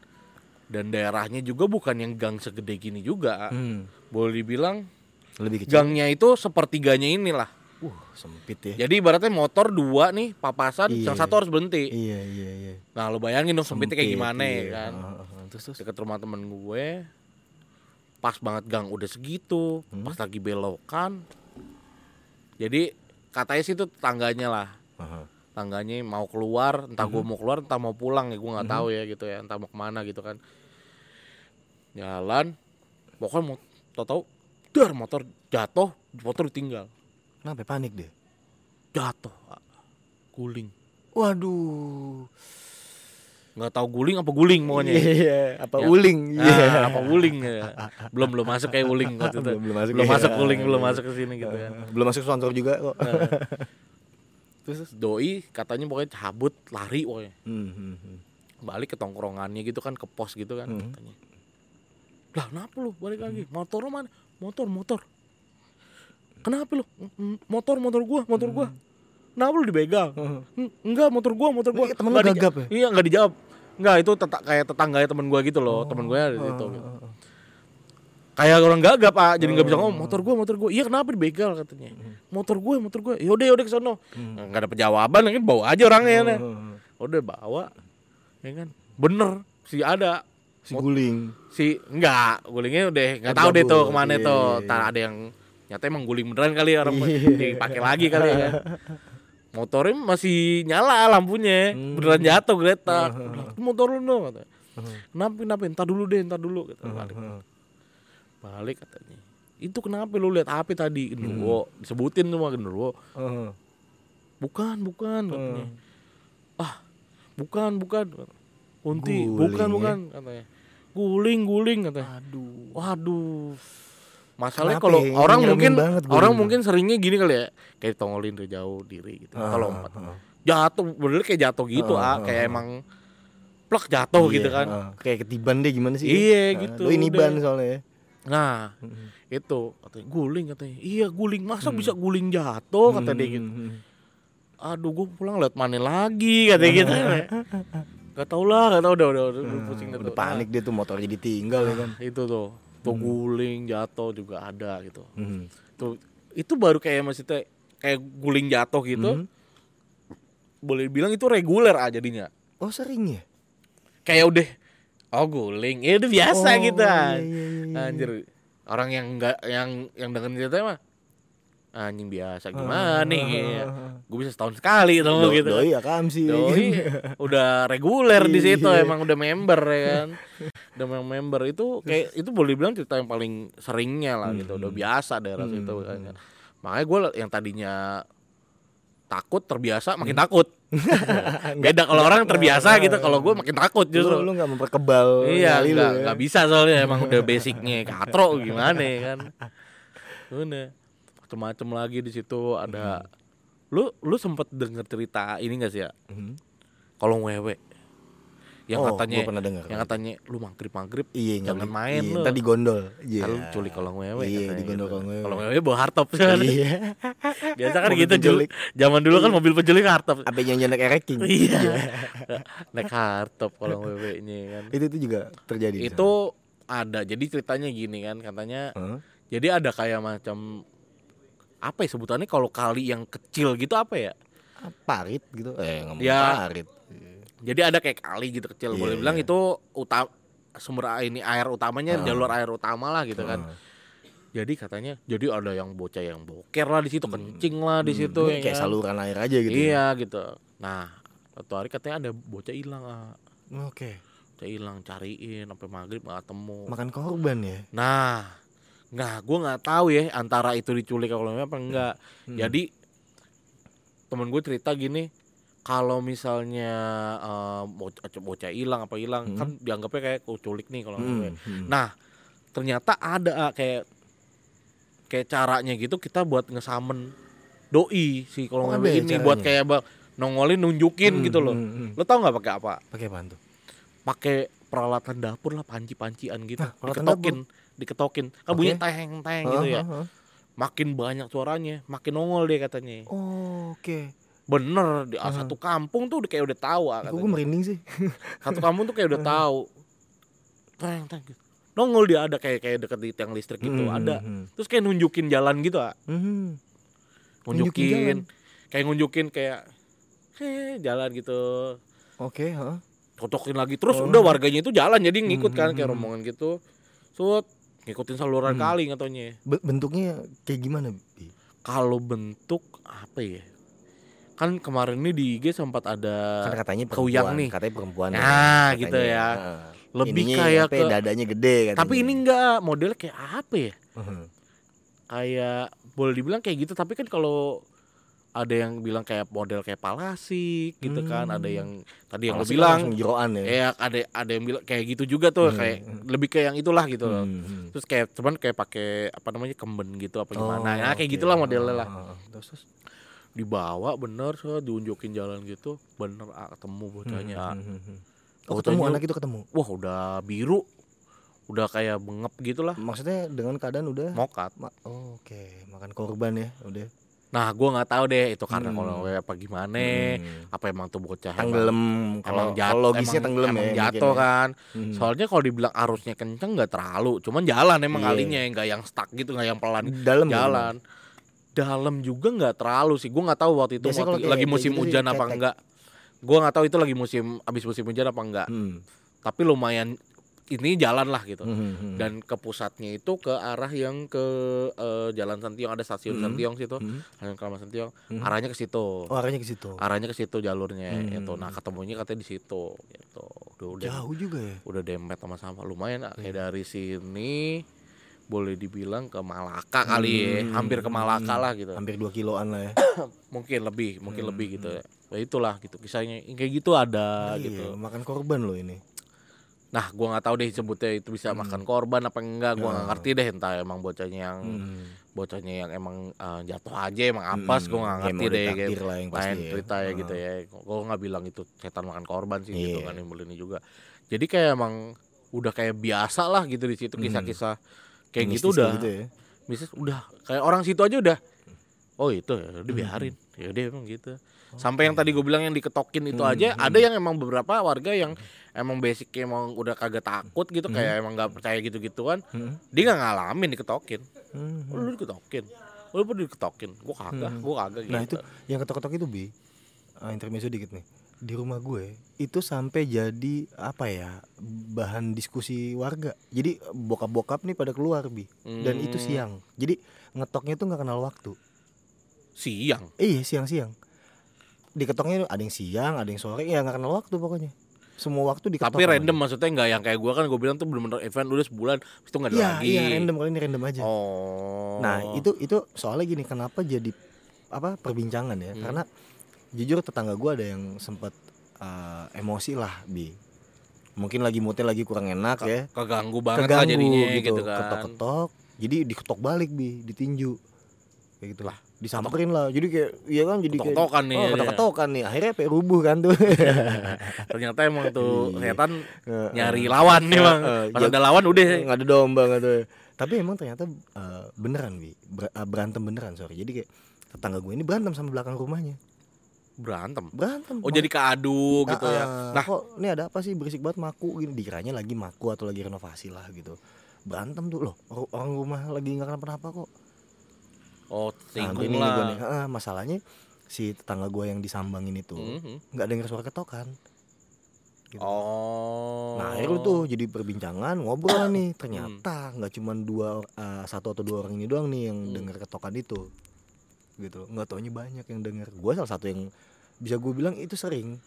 [SPEAKER 2] dan daerahnya juga bukan yang gang segede gini juga
[SPEAKER 1] Hmm.
[SPEAKER 2] boleh dibilang
[SPEAKER 1] Lebih kecil.
[SPEAKER 2] gangnya itu sepertiganya inilah
[SPEAKER 1] Uh, sempit ya.
[SPEAKER 2] jadi ibaratnya motor dua nih papasan
[SPEAKER 1] Iya.
[SPEAKER 2] yang satu harus berhenti
[SPEAKER 1] Iya, iya, iya.
[SPEAKER 2] nah lo bayangin dong sempitnya kayak
[SPEAKER 1] Sempit,
[SPEAKER 2] gimana ya
[SPEAKER 1] iya.
[SPEAKER 2] kan
[SPEAKER 1] Ah, ah, ah. Terus terus.
[SPEAKER 2] deket rumah temen gue pas banget gang udah segitu
[SPEAKER 1] Hmm.
[SPEAKER 2] pas lagi belokan jadi katanya sih itu tetangganya lah
[SPEAKER 1] Ah, ah.
[SPEAKER 2] tangganya mau keluar entah
[SPEAKER 1] Hmm.
[SPEAKER 2] gue mau keluar entah mau pulang ya gue nggak tahu ya gitu ya entah mau kemana gitu kan jalan pokoknya mau tau tau dar motor jatuh motor ditinggal
[SPEAKER 1] Kenapa ya? panik deh?
[SPEAKER 2] jatuh guling
[SPEAKER 1] Waduh.
[SPEAKER 2] nggak tahu guling apa guling maunya
[SPEAKER 1] Iya, iya. apa
[SPEAKER 2] Ya.
[SPEAKER 1] uling? Iya.
[SPEAKER 2] Nah, apa guling ya belum belum masuk kayak guling waktu itu
[SPEAKER 1] Belum- belum masuk, Ah.
[SPEAKER 2] belum
[SPEAKER 1] iya.
[SPEAKER 2] masuk guling belum masuk ke sini gitu kan
[SPEAKER 1] Belum masuk sponsor juga kok.
[SPEAKER 2] terus terus doi katanya pokoknya cabut lari pokoknya
[SPEAKER 1] Hmm, hmm, hmm.
[SPEAKER 2] balik ke tongkrongannya gitu kan ke pos gitu kan
[SPEAKER 1] Hmm.
[SPEAKER 2] katanya lah kenapa lu balik lagi motor lu mana motor motor kenapa lu "Mm, motor motor gua motor gua kenapa lu dibegal "Mm, enggak motor gua motor gua
[SPEAKER 1] Hmm. Ini temen lu
[SPEAKER 2] Nggak di-
[SPEAKER 1] gagap ya?
[SPEAKER 2] iya nggak dijawab enggak itu teta- kayak tetangga temen gua gitu
[SPEAKER 1] Oh.
[SPEAKER 2] loh temen gua ada di
[SPEAKER 1] Ah,
[SPEAKER 2] situ gitu. kayak orang gagap ah jadi nggak
[SPEAKER 1] Oh.
[SPEAKER 2] bisa ngomong motor gua motor gua iya kenapa dibegal katanya
[SPEAKER 1] Hmm.
[SPEAKER 2] motor gua motor gua Ya yaudah yaudah ke sono nggak ada jawaban kan bawa aja orangnya nah.
[SPEAKER 1] Hmm.
[SPEAKER 2] udah bawa ya kan bener si ada
[SPEAKER 1] Si guling.
[SPEAKER 2] si enggak gulingnya udah nggak
[SPEAKER 1] Oh,
[SPEAKER 2] tahu deh tuh
[SPEAKER 1] cabut.
[SPEAKER 2] kemana
[SPEAKER 1] Iya,
[SPEAKER 2] tuh
[SPEAKER 1] iya, iya.
[SPEAKER 2] tar ada yang nyata emang guling beneran kali ya, orang dipakai lagi kali ya motornya masih nyala lampunya
[SPEAKER 1] Hmm.
[SPEAKER 2] beneran jatuh geletak "Lah, itu motor lu dong katanya. kenapa kenapa ntar dulu deh ntar dulu kata
[SPEAKER 1] Hmm,
[SPEAKER 2] balik balik katanya itu kenapa lu lihat api tadi genderuwo
[SPEAKER 1] Hmm.
[SPEAKER 2] disebutin semua genderuwo
[SPEAKER 1] Heeh.
[SPEAKER 2] bukan bukan
[SPEAKER 1] Hmm.
[SPEAKER 2] katanya ah bukan bukan kunti
[SPEAKER 1] Guling,
[SPEAKER 2] bukan
[SPEAKER 1] ya?
[SPEAKER 2] bukan katanya guling guling katanya
[SPEAKER 1] Aduh.
[SPEAKER 2] waduh
[SPEAKER 1] Kenapa
[SPEAKER 2] masalahnya kalau
[SPEAKER 1] ya? Ini
[SPEAKER 2] orang
[SPEAKER 1] nyeremin
[SPEAKER 2] mungkin
[SPEAKER 1] banget guling.
[SPEAKER 2] orang mungkin seringnya gini kali ya kayak tongolin dari jauh diri gitu
[SPEAKER 1] Ah,
[SPEAKER 2] kalau lompat jatuh bener kayak jatuh gitu ah kayak emang plak jatuh gitu
[SPEAKER 1] Iya,
[SPEAKER 2] kan
[SPEAKER 1] heeh. Kayak ketiban deh gimana sih?
[SPEAKER 2] Iya,
[SPEAKER 1] Nah,
[SPEAKER 2] gitu,
[SPEAKER 1] Lu ini
[SPEAKER 2] udah.
[SPEAKER 1] ban soalnya ya.
[SPEAKER 2] nah itu katanya guling katanya iya guling masa bisa guling jatuh kata dia gitu
[SPEAKER 1] Hmm.
[SPEAKER 2] aduh gue pulang liat mana lagi katanya gitu
[SPEAKER 1] Ah,
[SPEAKER 2] gak tau lah gak tau udah udah udah, udah pusing dah
[SPEAKER 1] Udah
[SPEAKER 2] tuh.
[SPEAKER 1] panik Mm. dia tuh motornya ditinggal ya kan.
[SPEAKER 2] Nah, itu tuh tuh guling jatuh juga ada gitu
[SPEAKER 1] Hmm.
[SPEAKER 2] tuh itu baru kayak maksudnya kayak guling jatuh gitu
[SPEAKER 1] Mhm.
[SPEAKER 2] boleh bilang itu reguler ah jadinya
[SPEAKER 1] Oh, sering ya?
[SPEAKER 2] kayak udah oh guling ya udah biasa
[SPEAKER 1] Oh,
[SPEAKER 2] gitu
[SPEAKER 1] iya,
[SPEAKER 2] ah.
[SPEAKER 1] iya, iya, iya.
[SPEAKER 2] anjir orang yang enggak yang yang dengerin ceritanya mah anjing biasa
[SPEAKER 1] Ah,
[SPEAKER 2] gimana nih gue bisa setahun sekali tau
[SPEAKER 1] Do-
[SPEAKER 2] gitu
[SPEAKER 1] Doi ya kam sih.
[SPEAKER 2] Doi udah reguler di situ
[SPEAKER 1] Iya.
[SPEAKER 2] emang udah member ya kan. Udah memang member itu kayak itu boleh bilang cerita yang paling seringnya lah gitu.
[SPEAKER 1] Hmm.
[SPEAKER 2] Udah biasa daerah situ kayaknya. Makanya gue yang tadinya takut terbiasa makin
[SPEAKER 1] Hmm.
[SPEAKER 2] takut. Beda kalau orang terbiasa gitu, kalau gue makin takut
[SPEAKER 1] Lu
[SPEAKER 2] justru.
[SPEAKER 1] lu enggak memperkebal
[SPEAKER 2] iya,
[SPEAKER 1] nyali lu
[SPEAKER 2] nggak
[SPEAKER 1] ya.
[SPEAKER 2] nggak bisa soalnya emang udah basicnya katro gimana ya kan. Udah macem-macem lagi di situ ada lu lu sempet denger cerita ini gak sih ya
[SPEAKER 1] Hmm.
[SPEAKER 2] kalau wewe yang
[SPEAKER 1] Oh,
[SPEAKER 2] katanya
[SPEAKER 1] gua pernah dengar.
[SPEAKER 2] yang katanya lu maghrib maghrib
[SPEAKER 1] Iya, nggak
[SPEAKER 2] jangan
[SPEAKER 1] boleh. Iya,
[SPEAKER 2] main lu Kan
[SPEAKER 1] ntar digondol. Iya.
[SPEAKER 2] kalau culik kalau wewe
[SPEAKER 1] Iya,
[SPEAKER 2] katanya
[SPEAKER 1] digondol
[SPEAKER 2] gitu.
[SPEAKER 1] kalau ngewe.
[SPEAKER 2] kalau wewe bawa hartop kan?
[SPEAKER 1] Iya.
[SPEAKER 2] biasa kan
[SPEAKER 1] Mobil
[SPEAKER 2] gitu dulu
[SPEAKER 1] penculik. Iya.
[SPEAKER 2] zaman dulu kan mobil penculik hartop
[SPEAKER 1] Apa yang nyenek ereking?
[SPEAKER 2] iya naik hartop kalau wewe nya kan
[SPEAKER 1] Itu itu juga terjadi. di
[SPEAKER 2] itu ada jadi ceritanya gini kan katanya
[SPEAKER 1] sana. Hah?
[SPEAKER 2] jadi ada kayak macam apa ya sebutannya kalau kali yang kecil gitu apa ya
[SPEAKER 1] Ah, parit gitu. Eh, ngomong
[SPEAKER 2] Ya.
[SPEAKER 1] parit.
[SPEAKER 2] Jadi ada kayak kali gitu kecil,
[SPEAKER 1] Iya, iya.
[SPEAKER 2] boleh
[SPEAKER 1] Ah.
[SPEAKER 2] bilang itu utam sumber a- ini air utamanya jalur air utama lah gitu kan. Jadi katanya jadi ada yang bocah yang boker lah di situ, kencing lah di situ
[SPEAKER 1] Ini
[SPEAKER 2] ya
[SPEAKER 1] Hmm. kayak
[SPEAKER 2] kan?
[SPEAKER 1] saluran air aja gitu. ya.
[SPEAKER 2] Iya gitu. Nah, satu hari katanya ada bocah hilang, ah.
[SPEAKER 1] Oke.
[SPEAKER 2] bocah hilang cariin sampai maghrib nggak ketemu.
[SPEAKER 1] Makan korban ya.
[SPEAKER 2] Nah, nah gue nggak tahu ya antara itu diculik kalau memang apa enggak.
[SPEAKER 1] Hmm.
[SPEAKER 2] Jadi temen gue cerita gini, kalau misalnya eh, bocah, bocah hilang apa hilang kan dianggapnya kayak oh, culik nih kalau
[SPEAKER 1] Hmm,
[SPEAKER 2] gue.
[SPEAKER 1] hmm.
[SPEAKER 2] Nah, ternyata ada ah, kayak kayak caranya gitu kita buat ngesamen doi si
[SPEAKER 1] Oh,
[SPEAKER 2] kalau nggak
[SPEAKER 1] ada ya
[SPEAKER 2] ini buat
[SPEAKER 1] caranya?
[SPEAKER 2] kayak bang nongolin nunjukin gitu loh.
[SPEAKER 1] hmm, hmm.
[SPEAKER 2] Lo tau nggak pakai apa?
[SPEAKER 1] Pakai bantu.
[SPEAKER 2] pakai peralatan dapur lah panci-pancian gitu
[SPEAKER 1] Nah, peralatan
[SPEAKER 2] diketokin diketokin kan bunyi
[SPEAKER 1] Oke.
[SPEAKER 2] teng teng gitu ya
[SPEAKER 1] Hah, hah, hah.
[SPEAKER 2] makin banyak suaranya makin nongol dia katanya
[SPEAKER 1] Oh, Oke.
[SPEAKER 2] bener di
[SPEAKER 1] Aha.
[SPEAKER 2] satu kampung tuh udah kayak udah tahu ah,
[SPEAKER 1] Aku
[SPEAKER 2] katanya.
[SPEAKER 1] gue merinding sih.
[SPEAKER 2] satu kampung tuh kayak udah tahu teng teng gitu. nongol dia ada kayak kayak deket di tiang listrik gitu
[SPEAKER 1] Hmm,
[SPEAKER 2] ada
[SPEAKER 1] hmm,
[SPEAKER 2] terus kayak nunjukin jalan gitu ah
[SPEAKER 1] hmm. Nunjukin jalan.
[SPEAKER 2] nunjukin kayak nunjukin kayak "Heh, jalan gitu
[SPEAKER 1] Oke, heeh.
[SPEAKER 2] cocokin lagi terus
[SPEAKER 1] Oh.
[SPEAKER 2] udah warganya itu jalan jadi ngikut kan
[SPEAKER 1] Hmm.
[SPEAKER 2] kayak rombongan gitu sut ngikutin saluran
[SPEAKER 1] Hmm.
[SPEAKER 2] kali katanya
[SPEAKER 1] Be- bentuknya kayak gimana? Bi?
[SPEAKER 2] kalau bentuk apa ya kan kemarin ini di IG sempat ada
[SPEAKER 1] Kan katanya
[SPEAKER 2] keuyang
[SPEAKER 1] perempuan,
[SPEAKER 2] nih.
[SPEAKER 1] katanya perempuan.
[SPEAKER 2] Nah,
[SPEAKER 1] katanya.
[SPEAKER 2] gitu ya.
[SPEAKER 1] Heeh. Ah,
[SPEAKER 2] lebih
[SPEAKER 1] Ininya
[SPEAKER 2] kayak
[SPEAKER 1] apa
[SPEAKER 2] ke
[SPEAKER 1] ya, dadanya gede katanya.
[SPEAKER 2] tapi ini enggak modelnya kayak apa ya
[SPEAKER 1] Heeh.
[SPEAKER 2] kayak boleh dibilang kayak gitu tapi kan kalau ada yang bilang kayak model kayak palasik gitu kan
[SPEAKER 1] Hmm.
[SPEAKER 2] ada yang tadi yang
[SPEAKER 1] Kalau
[SPEAKER 2] lo
[SPEAKER 1] sih
[SPEAKER 2] bilang
[SPEAKER 1] langsung jeroan ya.
[SPEAKER 2] ya ada ada yang bilang kayak gitu juga tuh
[SPEAKER 1] Hmm.
[SPEAKER 2] kayak lebih kayak yang itulah gitu loh
[SPEAKER 1] Hmm, hmm.
[SPEAKER 2] terus kayak cuman kayak pakai apa namanya kemben gitu apa gimana
[SPEAKER 1] Oh,
[SPEAKER 2] nah, kayak
[SPEAKER 1] oke. Hmm,
[SPEAKER 2] gitulah modelnya lah
[SPEAKER 1] Heeh. Terus terus.
[SPEAKER 2] dibawa bener so, diunjukin jalan gitu bener ah, ketemu bocahnya ah.
[SPEAKER 1] Hmm, hmm, hmm. Oh,
[SPEAKER 2] Bocahnya,
[SPEAKER 1] ketemu anak itu ketemu.
[SPEAKER 2] wah udah biru udah kayak bengep gitulah
[SPEAKER 1] Maksudnya dengan keadaan udah
[SPEAKER 2] mokat
[SPEAKER 1] Ma- oh, Oke, makan korban ya, udah.
[SPEAKER 2] nah gua nggak tahu deh itu karena
[SPEAKER 1] Hmm.
[SPEAKER 2] kalau apa gimana
[SPEAKER 1] Hmm.
[SPEAKER 2] apa emang tuh bocah emang-
[SPEAKER 1] Tenggelam
[SPEAKER 2] emang
[SPEAKER 1] kalau
[SPEAKER 2] jat-
[SPEAKER 1] kalau logisnya
[SPEAKER 2] emang-
[SPEAKER 1] tenggelam
[SPEAKER 2] emang
[SPEAKER 1] ya.
[SPEAKER 2] jatuh
[SPEAKER 1] mungkin ya.
[SPEAKER 2] kan
[SPEAKER 1] Hmm.
[SPEAKER 2] soalnya kalau dibilang arusnya kenceng nggak terlalu cuman jalan emang
[SPEAKER 1] Iya.
[SPEAKER 2] kalinya nggak yang stuck gitu nggak yang pelan
[SPEAKER 1] dalam
[SPEAKER 2] jalan gitu, dalam juga nggak terlalu sih gua nggak tahu waktu itu
[SPEAKER 1] Biasanya
[SPEAKER 2] waktu-
[SPEAKER 1] kalau kayak-
[SPEAKER 2] lagi
[SPEAKER 1] kayak
[SPEAKER 2] musim
[SPEAKER 1] gitu sih
[SPEAKER 2] hujan apa
[SPEAKER 1] cetek.
[SPEAKER 2] enggak gua nggak tahu itu lagi musim abis musim hujan apa enggak
[SPEAKER 1] Hmm.
[SPEAKER 2] tapi lumayan ini jalan lah gitu
[SPEAKER 1] Hmm, hmm.
[SPEAKER 2] dan ke pusatnya itu ke arah yang ke eh, jalan Sentiong ada stasiun
[SPEAKER 1] Hmm.
[SPEAKER 2] Sentiong situ
[SPEAKER 1] Hmm.
[SPEAKER 2] jalan Keramat Sentiong
[SPEAKER 1] Hmm.
[SPEAKER 2] arahnya ke situ
[SPEAKER 1] Oh, arahnya ke situ.
[SPEAKER 2] arahnya ke situ jalurnya
[SPEAKER 1] Hmm.
[SPEAKER 2] itu nah ketemunya katanya di situ gitu udah udah
[SPEAKER 1] Jauh Iya. juga ya.
[SPEAKER 2] udah dempet sama sama lumayan ah. kayak dari sini boleh dibilang ke Malaka kali ya
[SPEAKER 1] Hmm.
[SPEAKER 2] hampir ke Malaka
[SPEAKER 1] Hmm.
[SPEAKER 2] lah gitu
[SPEAKER 1] Hampir 2 kiloan lah ya.
[SPEAKER 2] mungkin lebih mungkin
[SPEAKER 1] Hmm,
[SPEAKER 2] lebih gitu ya itulah gitu kisahnya kayak gitu ada
[SPEAKER 1] Iya,
[SPEAKER 2] gitu
[SPEAKER 1] makan korban loh ini.
[SPEAKER 2] nah gua nggak tahu deh sebutnya itu bisa
[SPEAKER 1] Hmm.
[SPEAKER 2] makan korban apa enggak gua nggak
[SPEAKER 1] Nah.
[SPEAKER 2] ngerti deh entah emang bocahnya yang
[SPEAKER 1] Hmm.
[SPEAKER 2] bocahnya yang emang eh, jatuh aja emang apes gua nggak
[SPEAKER 1] Ya,
[SPEAKER 2] ngerti
[SPEAKER 1] emang udah
[SPEAKER 2] deh gitu
[SPEAKER 1] takdir lah yang pasti
[SPEAKER 2] lain
[SPEAKER 1] ya.
[SPEAKER 2] cerita ya
[SPEAKER 1] Heeh.
[SPEAKER 2] gitu ya gua nggak bilang itu setan makan korban sih gitu
[SPEAKER 1] Iya.
[SPEAKER 2] kan yang ini juga jadi kayak emang udah kayak biasa lah gitu di situ
[SPEAKER 1] Hmm.
[SPEAKER 2] kisah-kisah kayak
[SPEAKER 1] Mistis
[SPEAKER 2] gitu udah
[SPEAKER 1] ya.
[SPEAKER 2] bisnis udah kayak orang situ aja udah oh itu ya udah biarin ya udah emang gitu sampai yang tadi gue bilang yang diketokin itu
[SPEAKER 1] Oh, iya. Hmm,
[SPEAKER 2] aja
[SPEAKER 1] hmm.
[SPEAKER 2] ada yang emang beberapa warga yang emang basicnya emang udah kagak takut gitu kayak emang nggak percaya gitu gituan
[SPEAKER 1] Hmm.
[SPEAKER 2] dia nggak ngalamin diketokin
[SPEAKER 1] Hmm.
[SPEAKER 2] oh, lu diketokin oh, lu pun diketokin gue kagak
[SPEAKER 1] Hmm.
[SPEAKER 2] gue kagak gitu
[SPEAKER 1] Nah itu yang ketok-ketok itu bi, Ah, intermezzo dikit nih. Di rumah gue itu sampai jadi apa ya bahan diskusi warga. Jadi bokap-bokap nih pada keluar bi, dan itu
[SPEAKER 2] Hmm,
[SPEAKER 1] siang. Jadi ngetoknya tuh nggak kenal waktu.
[SPEAKER 2] siang
[SPEAKER 1] Iya siang-siang. Diketoknya ada yang siang, ada yang sore, ya nggak kenal waktu pokoknya. Semua waktu diketok.
[SPEAKER 2] tapi
[SPEAKER 1] sama
[SPEAKER 2] random
[SPEAKER 1] dia.
[SPEAKER 2] maksudnya nggak yang kayak gue kan gue bilang tuh bener-bener event udah sebulan habis itu nggak ada
[SPEAKER 1] Iya
[SPEAKER 2] lagi
[SPEAKER 1] iya random kali ini random aja.
[SPEAKER 2] oh
[SPEAKER 1] Nah itu itu soalnya gini kenapa jadi apa perbincangan ya
[SPEAKER 2] Hmm.
[SPEAKER 1] karena jujur tetangga gua ada yang sempat eh, emosi lah bi mungkin lagi moodnya lagi kurang enak
[SPEAKER 2] Ke-
[SPEAKER 1] ya
[SPEAKER 2] keganggu banget lah
[SPEAKER 1] keganggu
[SPEAKER 2] jadinya
[SPEAKER 1] gitu,
[SPEAKER 2] gitu, kan
[SPEAKER 1] ketok-ketok jadi diketok balik bi ditinju kayak gitu
[SPEAKER 2] Lah,
[SPEAKER 1] lah disamperin lah jadi kayak iya kan jadi kayak
[SPEAKER 2] Ketok-ketokan nih iya,
[SPEAKER 1] oh,
[SPEAKER 2] jadinya.
[SPEAKER 1] ketok-ketokan nih akhirnya kayak rubuh kan tuh
[SPEAKER 2] ternyata emang tuh
[SPEAKER 1] Iya.
[SPEAKER 2] setan
[SPEAKER 1] Heeh.
[SPEAKER 2] nyari lawan nih bang
[SPEAKER 1] Heeh,
[SPEAKER 2] pas
[SPEAKER 1] ya-
[SPEAKER 2] ada lawan udah
[SPEAKER 1] eh, nggak ada domba nggak ada tapi emang ternyata eh, beneran bi Ber- eh, berantem beneran sorry jadi kayak tetangga gue ini berantem sama belakang rumahnya
[SPEAKER 2] berantem
[SPEAKER 1] berantem
[SPEAKER 2] oh jadi keadu gitu ya
[SPEAKER 1] nah
[SPEAKER 2] nah
[SPEAKER 1] kok ini ada apa sih berisik banget maku gini dikiranya lagi maku atau lagi renovasi lah gitu berantem tuh loh or- orang rumah lagi nggak kenapa-napa kok
[SPEAKER 2] oh
[SPEAKER 1] Nah,
[SPEAKER 2] singgung
[SPEAKER 1] ini nih gua nih,
[SPEAKER 2] lah
[SPEAKER 1] heeh, masalahnya si tetangga gue yang disambangin itu
[SPEAKER 2] Mhm.
[SPEAKER 1] nggak denger suara ketokan Gitu.
[SPEAKER 2] oh Hmm.
[SPEAKER 1] Nah akhirnya tuh jadi perbincangan ngobrol lah nih ternyata nggak cuman dua eh, satu atau dua orang ini doang nih yang
[SPEAKER 2] Hmm.
[SPEAKER 1] dengar ketokan itu gitu loh. nggak taunya banyak yang dengar gue salah satu yang bisa gue bilang itu sering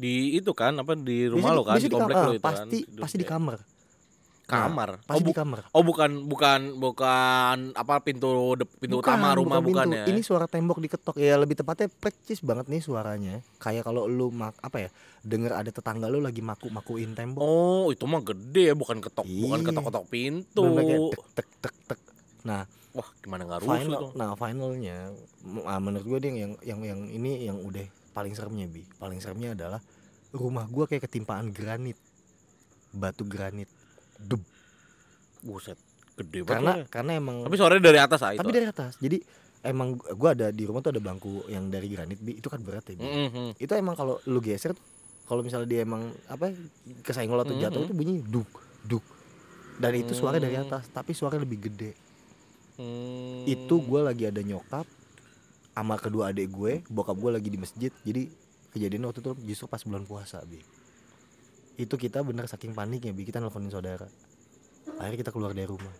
[SPEAKER 2] di itu kan apa di rumah
[SPEAKER 1] Biasanya
[SPEAKER 2] lo
[SPEAKER 1] di-
[SPEAKER 2] kan di
[SPEAKER 1] biasanya di kam-
[SPEAKER 2] komplek
[SPEAKER 1] ah,
[SPEAKER 2] lo itu kan
[SPEAKER 1] pasti
[SPEAKER 2] Tidur
[SPEAKER 1] pasti di
[SPEAKER 2] kayak-
[SPEAKER 1] kamar
[SPEAKER 2] kamar oh,
[SPEAKER 1] pasti
[SPEAKER 2] bu-
[SPEAKER 1] di kamar
[SPEAKER 2] oh bukan bukan bukan apa pintu dep- pintu utama rumah bukan,
[SPEAKER 1] pintu.
[SPEAKER 2] ya
[SPEAKER 1] ini suara tembok diketok ya lebih tepatnya percis banget nih suaranya kayak kalau lu mak apa ya dengar ada tetangga lu lagi maku makuin tembok
[SPEAKER 2] oh itu mah gede ya bukan ketok bukan
[SPEAKER 1] Iya.
[SPEAKER 2] ketok ketok pintu
[SPEAKER 1] Bener-bener kayak tek tek tek tek
[SPEAKER 2] wah gimana nggak rusuh
[SPEAKER 1] final
[SPEAKER 2] tuh
[SPEAKER 1] nah finalnya m- ah, menurut gue yang yang yang ini yang udah paling seremnya bi paling seremnya adalah rumah gua kayak ketimpaan granit batu granit Deb.
[SPEAKER 2] buset gede
[SPEAKER 1] karena
[SPEAKER 2] banget ya.
[SPEAKER 1] karena emang
[SPEAKER 2] tapi sore dari atas ah itu
[SPEAKER 1] tapi dari atas jadi emang gua ada di rumah tuh ada bangku yang dari granit Bi. itu kan berat ya Bi.
[SPEAKER 2] Mm, mm,
[SPEAKER 1] itu emang kalau lu geser tuh kalau misalnya dia emang apa kesenggol atau jatuh itu bunyi duk duk dan itu suara dari atas tapi suara lebih gede
[SPEAKER 2] mm.
[SPEAKER 1] itu gua lagi ada nyokap sama kedua adik gue bokap gue lagi di masjid jadi kejadian waktu itu justru pas bulan puasa bi itu kita bener saking paniknya bi kita nelfonin saudara akhirnya kita keluar dari rumah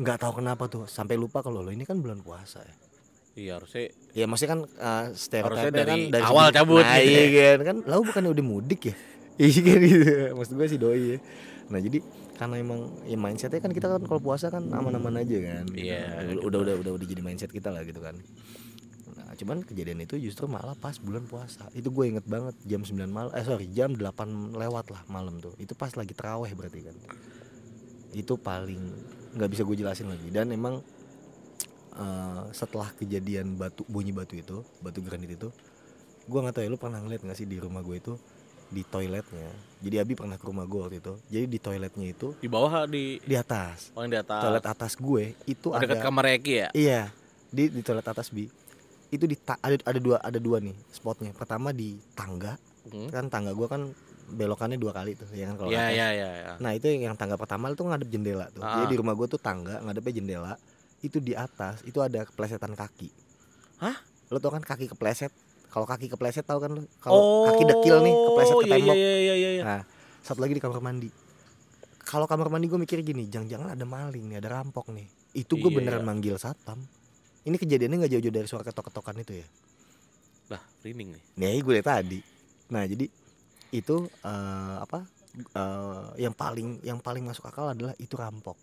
[SPEAKER 1] nggak tahu kenapa tuh sampai lupa kalau lo ini kan bulan puasa ya
[SPEAKER 2] iya harusnya
[SPEAKER 1] ya maksudnya kan uh, stereotipnya
[SPEAKER 2] Harusnya dari
[SPEAKER 1] kan dari
[SPEAKER 2] awal
[SPEAKER 1] sebelum-
[SPEAKER 2] cabut
[SPEAKER 1] nah,
[SPEAKER 2] gitu
[SPEAKER 1] iya
[SPEAKER 2] ya.
[SPEAKER 1] kan kan lau bukannya udah mudik ya iya kan gitu maksud gue sih doi ya nah jadi karena emang ya mindsetnya kan kita kan kalau puasa kan aman-aman aja kan
[SPEAKER 2] Iya,
[SPEAKER 1] Nah, udah udah udah udah jadi mindset kita lah gitu kan nah cuman kejadian itu justru malah pas bulan puasa itu gue inget banget jam 9 malam eh sorry jam 8 lewat lah malam tuh itu pas lagi teraweh berarti kan itu paling nggak bisa gue jelasin lagi dan emang eh, setelah kejadian batu bunyi batu itu batu granit itu gue nggak tahu ya lu pernah ngeliat nggak sih di rumah gue itu di toiletnya jadi Abi pernah ke rumah gue waktu itu jadi di toiletnya itu
[SPEAKER 2] di bawah di
[SPEAKER 1] di atas
[SPEAKER 2] orang di atas
[SPEAKER 1] toilet atas gue itu
[SPEAKER 2] Oh,
[SPEAKER 1] ada
[SPEAKER 2] dekat kamar Eki ya
[SPEAKER 1] iya di di toilet atas bi itu di ta- ada ada dua ada dua nih spotnya pertama di tangga
[SPEAKER 2] Hmm.
[SPEAKER 1] kan tangga gue kan belokannya dua kali tuh ya kan kalau atas.
[SPEAKER 2] iya iya iya iya.
[SPEAKER 1] Nah itu yang tangga pertama itu ngadep jendela tuh.
[SPEAKER 2] Ah.
[SPEAKER 1] Jadi di rumah gue tuh tangga ngadepnya jendela. Itu di atas itu ada keplesetan kaki.
[SPEAKER 2] Hah?
[SPEAKER 1] Lo tau kan kaki kepleset? Kalau kaki kepleset tau kan lo? Kalau kaki dekil nih kepleset
[SPEAKER 2] Oh,
[SPEAKER 1] ke
[SPEAKER 2] iya,
[SPEAKER 1] tembok.
[SPEAKER 2] iya iya iya iya
[SPEAKER 1] Nah satu lagi di kamar mandi. Kalau kamar mandi gue mikir gini, jangan-jangan ada maling nih, ada rampok nih. Itu gue
[SPEAKER 2] Iya,
[SPEAKER 1] beneran manggil satpam. Ini kejadiannya nggak jauh-jauh dari suara ketok-ketokan itu ya.
[SPEAKER 2] lah rinding nih
[SPEAKER 1] Nih gue dari tadi. Nah jadi itu eh, apa eh, yang paling yang paling masuk akal adalah itu rampok.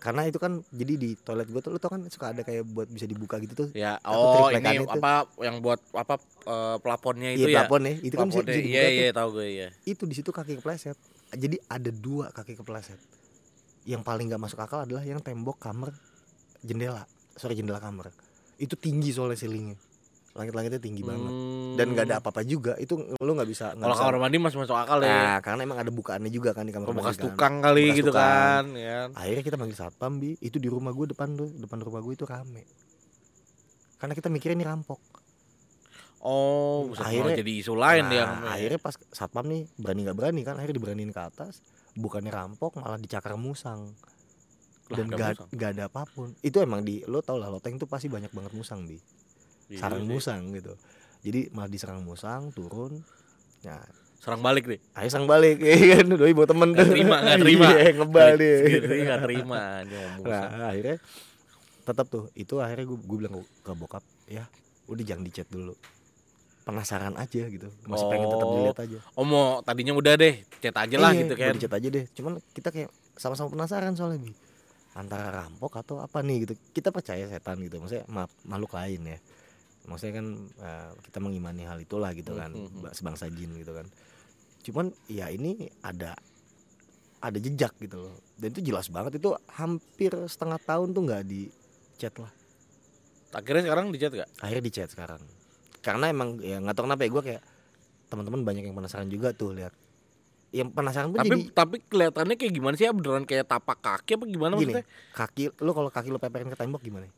[SPEAKER 1] Karena itu kan jadi di toilet gue tuh lu tau kan suka ada kayak buat bisa dibuka gitu tuh.
[SPEAKER 2] ya
[SPEAKER 1] Aku
[SPEAKER 2] oh
[SPEAKER 1] triplekan
[SPEAKER 2] ini
[SPEAKER 1] itu.
[SPEAKER 2] apa yang buat apa eh, plafonnya
[SPEAKER 1] Iya
[SPEAKER 2] itu ya
[SPEAKER 1] plafon ya. Itu kan bisa,
[SPEAKER 2] Plafonnya,
[SPEAKER 1] bisa dibuka
[SPEAKER 2] iya
[SPEAKER 1] tuh.
[SPEAKER 2] iya tahu gue iya
[SPEAKER 1] Itu di situ kaki kepleset. Jadi ada dua kaki kepleset. Yang paling nggak masuk akal adalah yang tembok kamar jendela. Sorry jendela kamar. Itu tinggi soalnya ceilingnya. Langit-langitnya tinggi banget. Dan nggak ada apa-apa juga. Itu lu nggak bisa. nggak
[SPEAKER 2] Hmm. kalau
[SPEAKER 1] bisa-
[SPEAKER 2] kamar mandi masih masuk akal ya
[SPEAKER 1] Nah, karena emang ada bukaannya juga kan di kamar mandi
[SPEAKER 2] bekas
[SPEAKER 1] kan.
[SPEAKER 2] tukang kali
[SPEAKER 1] Bekas
[SPEAKER 2] gitu
[SPEAKER 1] tukang.
[SPEAKER 2] kan ya kan?
[SPEAKER 1] Akhirnya kita manggil satpam bi. Itu di rumah gue depan tuh, depan rumah gue itu rame. Karena kita mikirnya ini rampok.
[SPEAKER 2] oh buset, malah
[SPEAKER 1] Akhirnya-
[SPEAKER 2] jadi isu lain
[SPEAKER 1] Nah,
[SPEAKER 2] dia
[SPEAKER 1] akhirnya pas satpam nih berani nggak berani kan, akhirnya diberaniin ke atas. Bukannya rampok malah dicakar musang
[SPEAKER 2] Lah,
[SPEAKER 1] dan
[SPEAKER 2] ada
[SPEAKER 1] gak,
[SPEAKER 2] musang.
[SPEAKER 1] gak ada apapun. Itu emang di lo tau lah loteng tuh pasti banyak banget musang bi.
[SPEAKER 2] Iya
[SPEAKER 1] Sarang
[SPEAKER 2] sih.
[SPEAKER 1] musang gitu. Jadi malah diserang musang turun. Nah,
[SPEAKER 2] serang balik nih
[SPEAKER 1] akhirnya sang balik, iya kan, doi bawa temen
[SPEAKER 2] Nggak Eh, terima, nggak terima.
[SPEAKER 1] Iya, ngebal dia.
[SPEAKER 2] Gede nggak terima nyomong
[SPEAKER 1] Nah, akhirnya tetap tuh itu akhirnya gue bilang ke- ke bokap ya udah jangan dicat dulu penasaran aja gitu masih pengen tetap
[SPEAKER 2] Oh,
[SPEAKER 1] dilihat aja
[SPEAKER 2] oh mau tadinya udah deh cet aja lah
[SPEAKER 1] Iya,
[SPEAKER 2] gitu
[SPEAKER 1] gua
[SPEAKER 2] kan
[SPEAKER 1] dicat aja deh cuman kita kayak sama-sama penasaran soalnya bi antara rampok atau apa nih gitu kita percaya setan gitu maksudnya ma- makhluk lain ya maksudnya kan eh, kita mengimani hal itulah gitu kan
[SPEAKER 2] Mhm.
[SPEAKER 1] ba- sebangsa jin gitu kan cuman ya ini ada ada jejak gitu loh dan itu jelas banget itu hampir setengah tahun tuh nggak di chat lah
[SPEAKER 2] akhirnya sekarang dicat gak
[SPEAKER 1] akhirnya di chat sekarang karena emang ya nggak tahu kenapa ya gue kayak teman-teman banyak yang penasaran juga tuh lihat yang penasaran pun
[SPEAKER 2] tapi
[SPEAKER 1] jadi
[SPEAKER 2] tapi kelihatannya kayak gimana sih ya beneran kayak tapak kaki apa gimana
[SPEAKER 1] gini
[SPEAKER 2] maksudnya
[SPEAKER 1] kaki lu kalau kaki lu peperin ke tembok gimana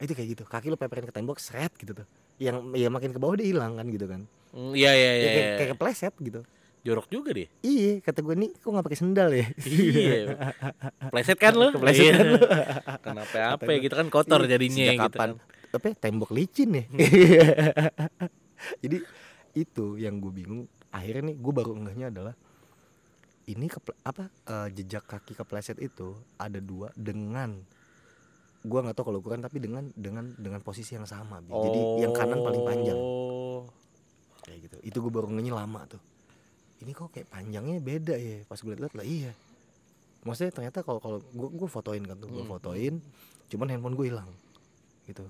[SPEAKER 1] itu kayak gitu kaki lu peperin ke tembok seret gitu tuh yang ya makin ke bawah dia hilang kan gitu kan
[SPEAKER 2] Hmm, iya
[SPEAKER 1] Ya
[SPEAKER 2] iya iya
[SPEAKER 1] kayak,
[SPEAKER 2] iya.
[SPEAKER 1] kayak kepleset gitu
[SPEAKER 2] jorok juga deh
[SPEAKER 1] iya kata gue nih kok nggak pakai sendal ya
[SPEAKER 2] iya pleset kan lo
[SPEAKER 1] Kepleset kan lu.
[SPEAKER 2] kenapa apa
[SPEAKER 1] Kata gua,
[SPEAKER 2] gitu kan kotor
[SPEAKER 1] Iya,
[SPEAKER 2] jadinya
[SPEAKER 1] sejak
[SPEAKER 2] gitu
[SPEAKER 1] kapan
[SPEAKER 2] kan. Hmm.
[SPEAKER 1] apa ya, tembok licin ya jadi itu yang gue bingung akhirnya nih gue baru enggaknya adalah ini keple- apa eh, jejak kaki kepleset itu ada dua dengan gue nggak tahu kalau ukuran tapi dengan dengan dengan posisi yang sama Bi. jadi yang kanan paling panjang
[SPEAKER 2] Oh.
[SPEAKER 1] kayak gitu itu gue baru ngehnya lama tuh ini kok kayak panjangnya beda ya pas gue liat lah iya maksudnya ternyata kalau kalau gue gue fotoin kan tuh gue
[SPEAKER 2] Hmm.
[SPEAKER 1] fotoin cuman handphone gue hilang gitu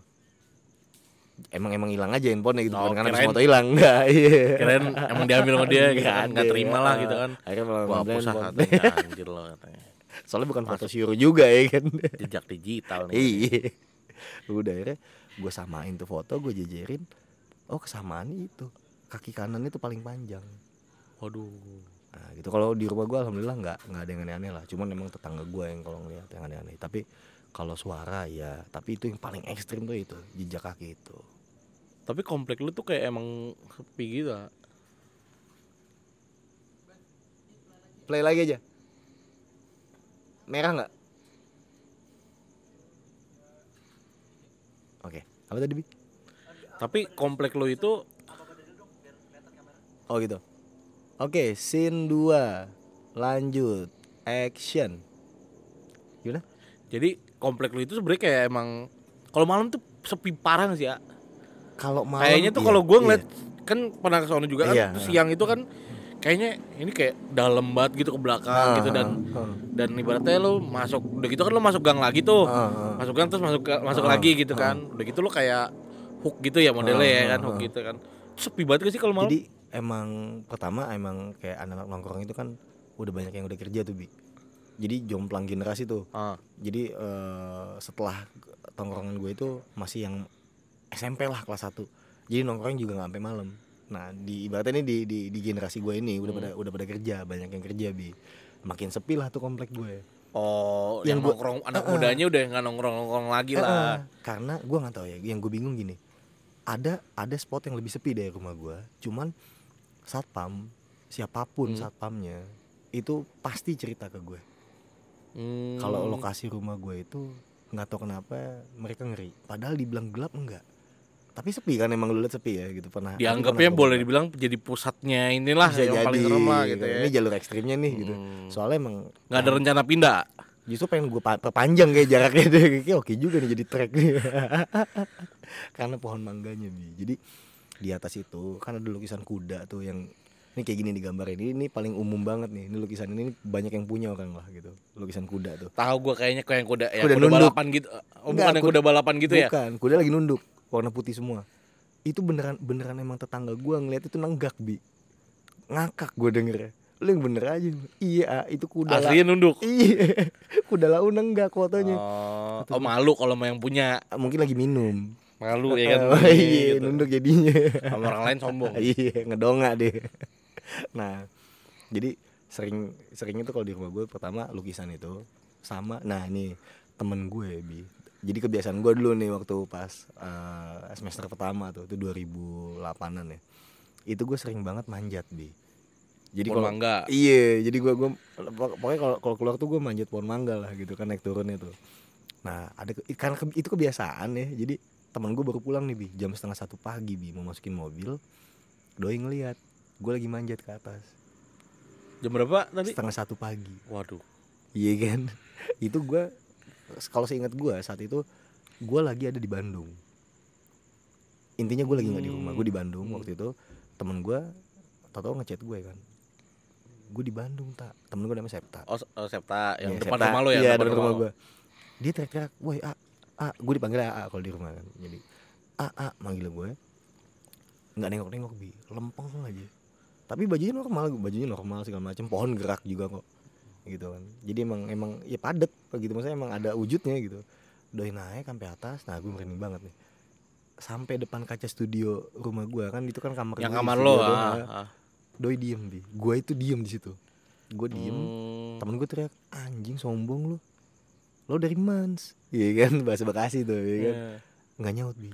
[SPEAKER 1] emang emang hilang aja handphone gitu
[SPEAKER 2] Oh,
[SPEAKER 1] bukan karena habis
[SPEAKER 2] kirain-
[SPEAKER 1] foto hilang enggak iya
[SPEAKER 2] kirain emang diambil sama dia gitu
[SPEAKER 1] Nggak
[SPEAKER 2] kan nggak
[SPEAKER 1] ada. iya.
[SPEAKER 2] terima lah gitu kan
[SPEAKER 1] akhirnya malah
[SPEAKER 2] gua
[SPEAKER 1] ngambil
[SPEAKER 2] hapus ah,
[SPEAKER 1] handphone.
[SPEAKER 2] katanya anjir lo katanya
[SPEAKER 1] soalnya bukan foto siur juga ya kan
[SPEAKER 2] jejak digital nih
[SPEAKER 1] iya udah akhirnya gue samain tuh foto gue jejerin oh kesamaan itu kaki kanan itu paling panjang
[SPEAKER 2] waduh
[SPEAKER 1] Nah, gitu kalau di rumah gue alhamdulillah nggak nggak ada yang aneh-aneh lah cuman emang tetangga gue yang kalau ngeliat yang aneh-aneh tapi kalau suara ya tapi itu yang paling ekstrim tuh itu jejak kaki itu
[SPEAKER 2] Tapi komplek lu tuh kayak emang sepi gitu. ah.
[SPEAKER 1] play lagi aja merah nggak oke apa tadi bi
[SPEAKER 2] Tapi komplek lu itu
[SPEAKER 1] oh gitu oke scene 2 lanjut action gimana
[SPEAKER 2] jadi komplek lu itu sebenarnya kayak emang kalau malam tuh sepi parah nggak sih ya.
[SPEAKER 1] kalau malam
[SPEAKER 2] Kayaknya tuh
[SPEAKER 1] iya,
[SPEAKER 2] kalau gua
[SPEAKER 1] iya.
[SPEAKER 2] ngeliat kan pernah ke sono juga kan
[SPEAKER 1] Iya.
[SPEAKER 2] terus siang itu kan kayaknya ini kayak dalam banget gitu ke belakang
[SPEAKER 1] Ah,
[SPEAKER 2] gitu dan
[SPEAKER 1] ah,
[SPEAKER 2] dan ibaratnya lu masuk udah gitu kan lu masuk gang lagi tuh.
[SPEAKER 1] ah, ah.
[SPEAKER 2] masuk gang terus masuk masuk
[SPEAKER 1] Ah, Ah,
[SPEAKER 2] lagi gitu kan. Udah gitu lu kayak hook gitu ya modelnya ya kan hook gitu kan. Sepi banget gak sih kalau malam?
[SPEAKER 1] Jadi emang pertama emang kayak anak-anak nongkrong itu kan udah banyak yang udah kerja tuh bi. Jadi jomplang generasi tuh.
[SPEAKER 2] Ah,
[SPEAKER 1] Jadi eh, setelah tongkrongan gue itu masih yang SMP lah kelas 1 Jadi nongkrong juga nggak sampai malam. Nah di ibaratnya ini di, di, di generasi gue ini udah pada udah pada kerja banyak yang kerja bi. Makin sepi lah tuh komplek gue.
[SPEAKER 2] Oh,
[SPEAKER 1] Yang
[SPEAKER 2] yang,
[SPEAKER 1] gua-
[SPEAKER 2] nongkrong anak mudanya udah nggak nongkrong nongkrong lagi
[SPEAKER 1] Eh,
[SPEAKER 2] lah.
[SPEAKER 1] karena gue nggak tahu ya yang gue bingung gini ada ada spot yang lebih sepi dari rumah gue cuman satpam siapapun satpamnya itu pasti cerita ke gue
[SPEAKER 2] Hmm,
[SPEAKER 1] kalau lokasi rumah gue itu nggak tahu kenapa mereka ngeri padahal dibilang gelap enggak tapi sepi kan emang lu liat sepi ya gitu pernah pernah
[SPEAKER 2] dianggapnya boleh
[SPEAKER 1] gua-
[SPEAKER 2] dibilang jadi pusatnya inilah
[SPEAKER 1] bisa
[SPEAKER 2] yang
[SPEAKER 1] jadi
[SPEAKER 2] paling serem lah gitu ya.
[SPEAKER 1] ini jalur ekstrimnya nih gitu
[SPEAKER 2] Hmm.
[SPEAKER 1] soalnya emang
[SPEAKER 2] Nggak ada rencana pindah.
[SPEAKER 1] Justru pengen gue perpanjang kayak jaraknya deh. Kayaknya oke juga nih jadi trek nih. Karena pohon mangganya nih. Jadi di atas itu kan ada lukisan kuda tuh yang ini kayak gini digambar ini ini paling umum banget nih. Ini lukisan ini banyak yang punya orang lah gitu. Lukisan kuda tuh.
[SPEAKER 2] Tahu gua kayaknya kayak yang kuda, ya,
[SPEAKER 1] Kuda
[SPEAKER 2] kuda,
[SPEAKER 1] nunduk.
[SPEAKER 2] balapan gitu. Oh,
[SPEAKER 1] Nggak,
[SPEAKER 2] bukan yang kuda balapan gitu ya.
[SPEAKER 1] Bukan, kuda lagi nunduk, warna putih semua. Itu beneran beneran emang tetangga gua ngeliat itu nenggak, Bi. Ngakak gue dengernya. Lu yang bener aja. Iya, ah, itu kuda. Iya, lah-
[SPEAKER 2] Aslinya nunduk.
[SPEAKER 1] Iya. Kuda lau nenggak fotonya.
[SPEAKER 2] Oh, oh, malu kalau sama yang punya
[SPEAKER 1] Ah, Mungkin lagi minum.
[SPEAKER 2] malu ya kan.
[SPEAKER 1] Oh, iya,
[SPEAKER 2] gitu.
[SPEAKER 1] nunduk jadinya.
[SPEAKER 2] Sama orang lain sombong.
[SPEAKER 1] iya, ngedongak deh. Nah, jadi sering sering itu kalau di rumah gue pertama lukisan itu sama. Nah, ini temen gue bi. Jadi kebiasaan gue dulu nih waktu pas eh, semester pertama tuh itu 2008an ya. Itu gue sering banget manjat bi. Jadi
[SPEAKER 2] Pohon
[SPEAKER 1] kalau
[SPEAKER 2] mangga.
[SPEAKER 1] Iya, jadi gua gua pok- pokoknya kalau kalau keluar tuh gua manjat pohon mangga lah gitu kan naik turunnya tuh. Nah, ada ke- karena ke- itu kebiasaan ya. Jadi teman gua baru pulang nih, Bi. Jam setengah satu pagi, Bi, mau masukin mobil. Doi ngeliat gua lagi manjat ke atas.
[SPEAKER 2] Jam berapa tadi?
[SPEAKER 1] Setengah satu pagi.
[SPEAKER 2] Waduh.
[SPEAKER 1] Iya kan? itu gua kalau seingat gua saat itu gua lagi ada di Bandung. Intinya gua lagi nggak di rumah, gua di Bandung waktu itu. Temen gua tau-tau ngechat gue kan. Gue di Bandung, tak. Temen gua namanya Septa.
[SPEAKER 2] Oh, s- oh, Septa yang
[SPEAKER 1] Iya,
[SPEAKER 2] depan
[SPEAKER 1] Septa.
[SPEAKER 2] rumah lo ya,
[SPEAKER 1] Iya, depan rumah
[SPEAKER 2] lo.
[SPEAKER 1] gua. Dia teriak-teriak, "Woi, A, A." Gua dipanggil A, kalau di rumah kan. Jadi A, A manggil gue. Enggak nengok-nengok, Bi. Lempeng aja. Tapi bajunya normal, bajunya normal segala macam. Pohon gerak juga kok. Gitu kan. Jadi emang emang ya padet gitu maksudnya emang ada wujudnya gitu. Doi naik sampai atas. Nah, gue merinding banget nih. Sampai depan kaca studio rumah gua kan itu kan kamar
[SPEAKER 2] Yang
[SPEAKER 1] gua di
[SPEAKER 2] kamar
[SPEAKER 1] studio
[SPEAKER 2] lo.
[SPEAKER 1] doang,
[SPEAKER 2] ah,
[SPEAKER 1] ya.
[SPEAKER 2] ah.
[SPEAKER 1] Doi diem, Bi. Gua itu diem di situ. Gue diem,
[SPEAKER 2] Hmm.
[SPEAKER 1] temen gue teriak anjing sombong lu lo dari mans iya kan bahasa bekasi tuh iya kan
[SPEAKER 2] Iya.
[SPEAKER 1] nggak nyaut bi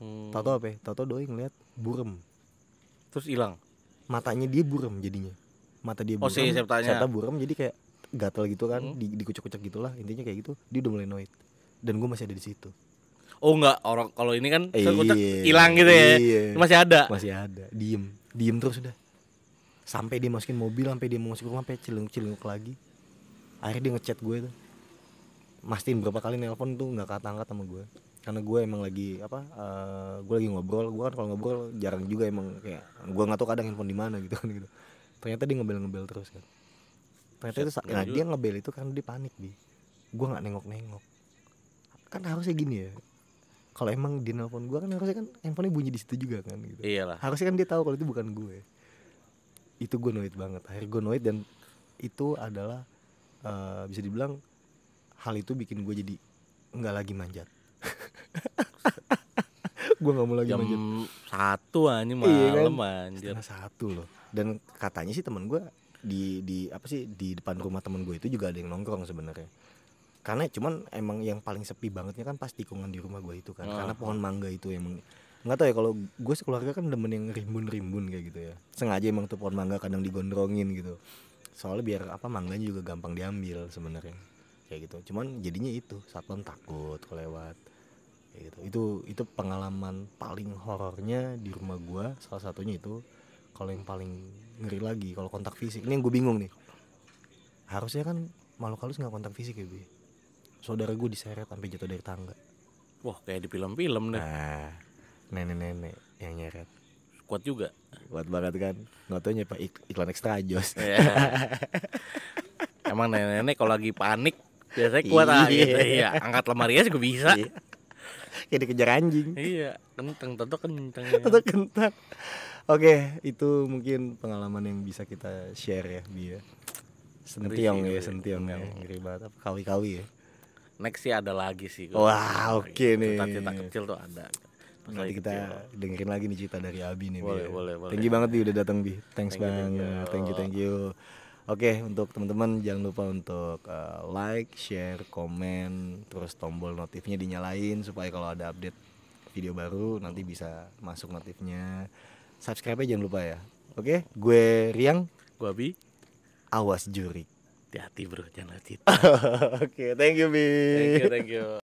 [SPEAKER 2] Hmm.
[SPEAKER 1] tato apa ya? tato doi ngeliat burem
[SPEAKER 2] Terus hilang.
[SPEAKER 1] matanya dia burem jadinya mata dia
[SPEAKER 2] Oh,
[SPEAKER 1] burem
[SPEAKER 2] si Hmm. septanya.
[SPEAKER 1] Septa burem jadi kayak gatel gitu kan di dikucek-kucek gitulah intinya kayak gitu dia udah mulai noid dan gue masih ada di situ
[SPEAKER 2] Oh enggak, orang kalau ini kan
[SPEAKER 1] Iya.
[SPEAKER 2] sekucek hilang gitu ya.
[SPEAKER 1] Iya.
[SPEAKER 2] Masih ada.
[SPEAKER 1] masih ada diem diem terus udah sampai dia masukin mobil sampai dia mau masuk rumah sampai celenguk-celenguk lagi akhirnya dia ngechat gue tuh mastiin berapa kali nelpon tuh nggak keangkat sama gue karena gue emang lagi apa eh, gue lagi ngobrol gue kan kalau ngobrol jarang juga emang kayak gue nggak tahu kadang handphone di mana gitu kan gitu ternyata dia ngebel ngebel terus kan ternyata itu sa- nah, dia ngebel itu karena dia panik bi gue nggak nengok nengok kan harusnya gini ya kalau emang dia nelpon gue kan harusnya kan handphonenya bunyi di situ juga kan gitu
[SPEAKER 2] Iyalah.
[SPEAKER 1] harusnya kan dia tahu kalau itu bukan gue itu gue noit banget akhirnya gue noit dan itu adalah eh, bisa dibilang hal itu bikin gue jadi nggak lagi manjat gua nggak mau lagi
[SPEAKER 2] jam
[SPEAKER 1] manjat.
[SPEAKER 2] satu anjing
[SPEAKER 1] Iya kan?
[SPEAKER 2] malam anjir
[SPEAKER 1] Setengah satu loh. Dan katanya sih temen gue di di apa sih di depan rumah temen gue itu juga ada yang nongkrong sebenarnya. Karena cuman emang yang paling sepi bangetnya kan pas tikungan di rumah gue itu kan.
[SPEAKER 2] Ah.
[SPEAKER 1] Karena pohon mangga itu emang nggak tahu ya kalau gue sekeluarga kan demen yang rimbun-rimbun kayak gitu ya. Sengaja emang tuh pohon mangga kadang digondrongin gitu. Soalnya biar apa mangganya juga gampang diambil sebenarnya. Kayak gitu. Cuman jadinya itu satpam takut kelewat. Kayak gitu. Itu itu pengalaman paling horornya di rumah gua. Salah satunya itu kalau yang paling ngeri lagi kalau kontak fisik. Ini yang gue bingung nih. Harusnya kan makhluk halus nggak kontak fisik ya, Bi. Saudara gue diseret sampai jatuh dari tangga.
[SPEAKER 2] wah kayak di film-film deh
[SPEAKER 1] Nah, nenek-nenek yang nyeret.
[SPEAKER 2] kuat juga
[SPEAKER 1] Kuat banget kan. Nggak tahu nyapa ik- iklan ekstra jos.
[SPEAKER 2] Ya. Emang nenek-nenek kalau lagi panik biasanya kuat
[SPEAKER 1] Iya.
[SPEAKER 2] ah, gitu. Iya, angkat lemari aja juga bisa.
[SPEAKER 1] Iya. Kayak dikejar anjing.
[SPEAKER 2] iya, kenceng tentu kenceng. ya.
[SPEAKER 1] Tetap kentang. Oke, itu mungkin pengalaman yang bisa kita share ya, Bi ya. Sentiong
[SPEAKER 2] Ngeri
[SPEAKER 1] ya,
[SPEAKER 2] sih,
[SPEAKER 1] sentiong ya.
[SPEAKER 2] ngeri.
[SPEAKER 1] Ngeri banget apa kawi-kawi ya.
[SPEAKER 2] Next sih ada lagi sih. Iya,
[SPEAKER 1] Wah, oke nih.
[SPEAKER 2] Cerita-cerita kecil tuh ada. Pas
[SPEAKER 1] Nanti
[SPEAKER 2] lagi
[SPEAKER 1] kita
[SPEAKER 2] kecil.
[SPEAKER 1] dengerin lagi nih cerita dari Abi nih. Bi,
[SPEAKER 2] Boleh,
[SPEAKER 1] ya.
[SPEAKER 2] boleh, boleh.
[SPEAKER 1] Thank you banget Bi udah datang Bi. Thanks
[SPEAKER 2] Thank you,
[SPEAKER 1] banget.
[SPEAKER 2] thank you.
[SPEAKER 1] Thank you, thank you. Oke, untuk teman-teman jangan lupa untuk eh, like, share, komen, terus tombol notifnya dinyalain supaya kalau ada update video baru nanti bisa masuk notifnya. Subscribe-nya jangan lupa ya. Oke, gue Riang,
[SPEAKER 2] Gua bi
[SPEAKER 1] awas juri.
[SPEAKER 2] hati-hati bro, jangan hati.
[SPEAKER 1] Oke, thank you Bi.
[SPEAKER 2] Thank you, thank you.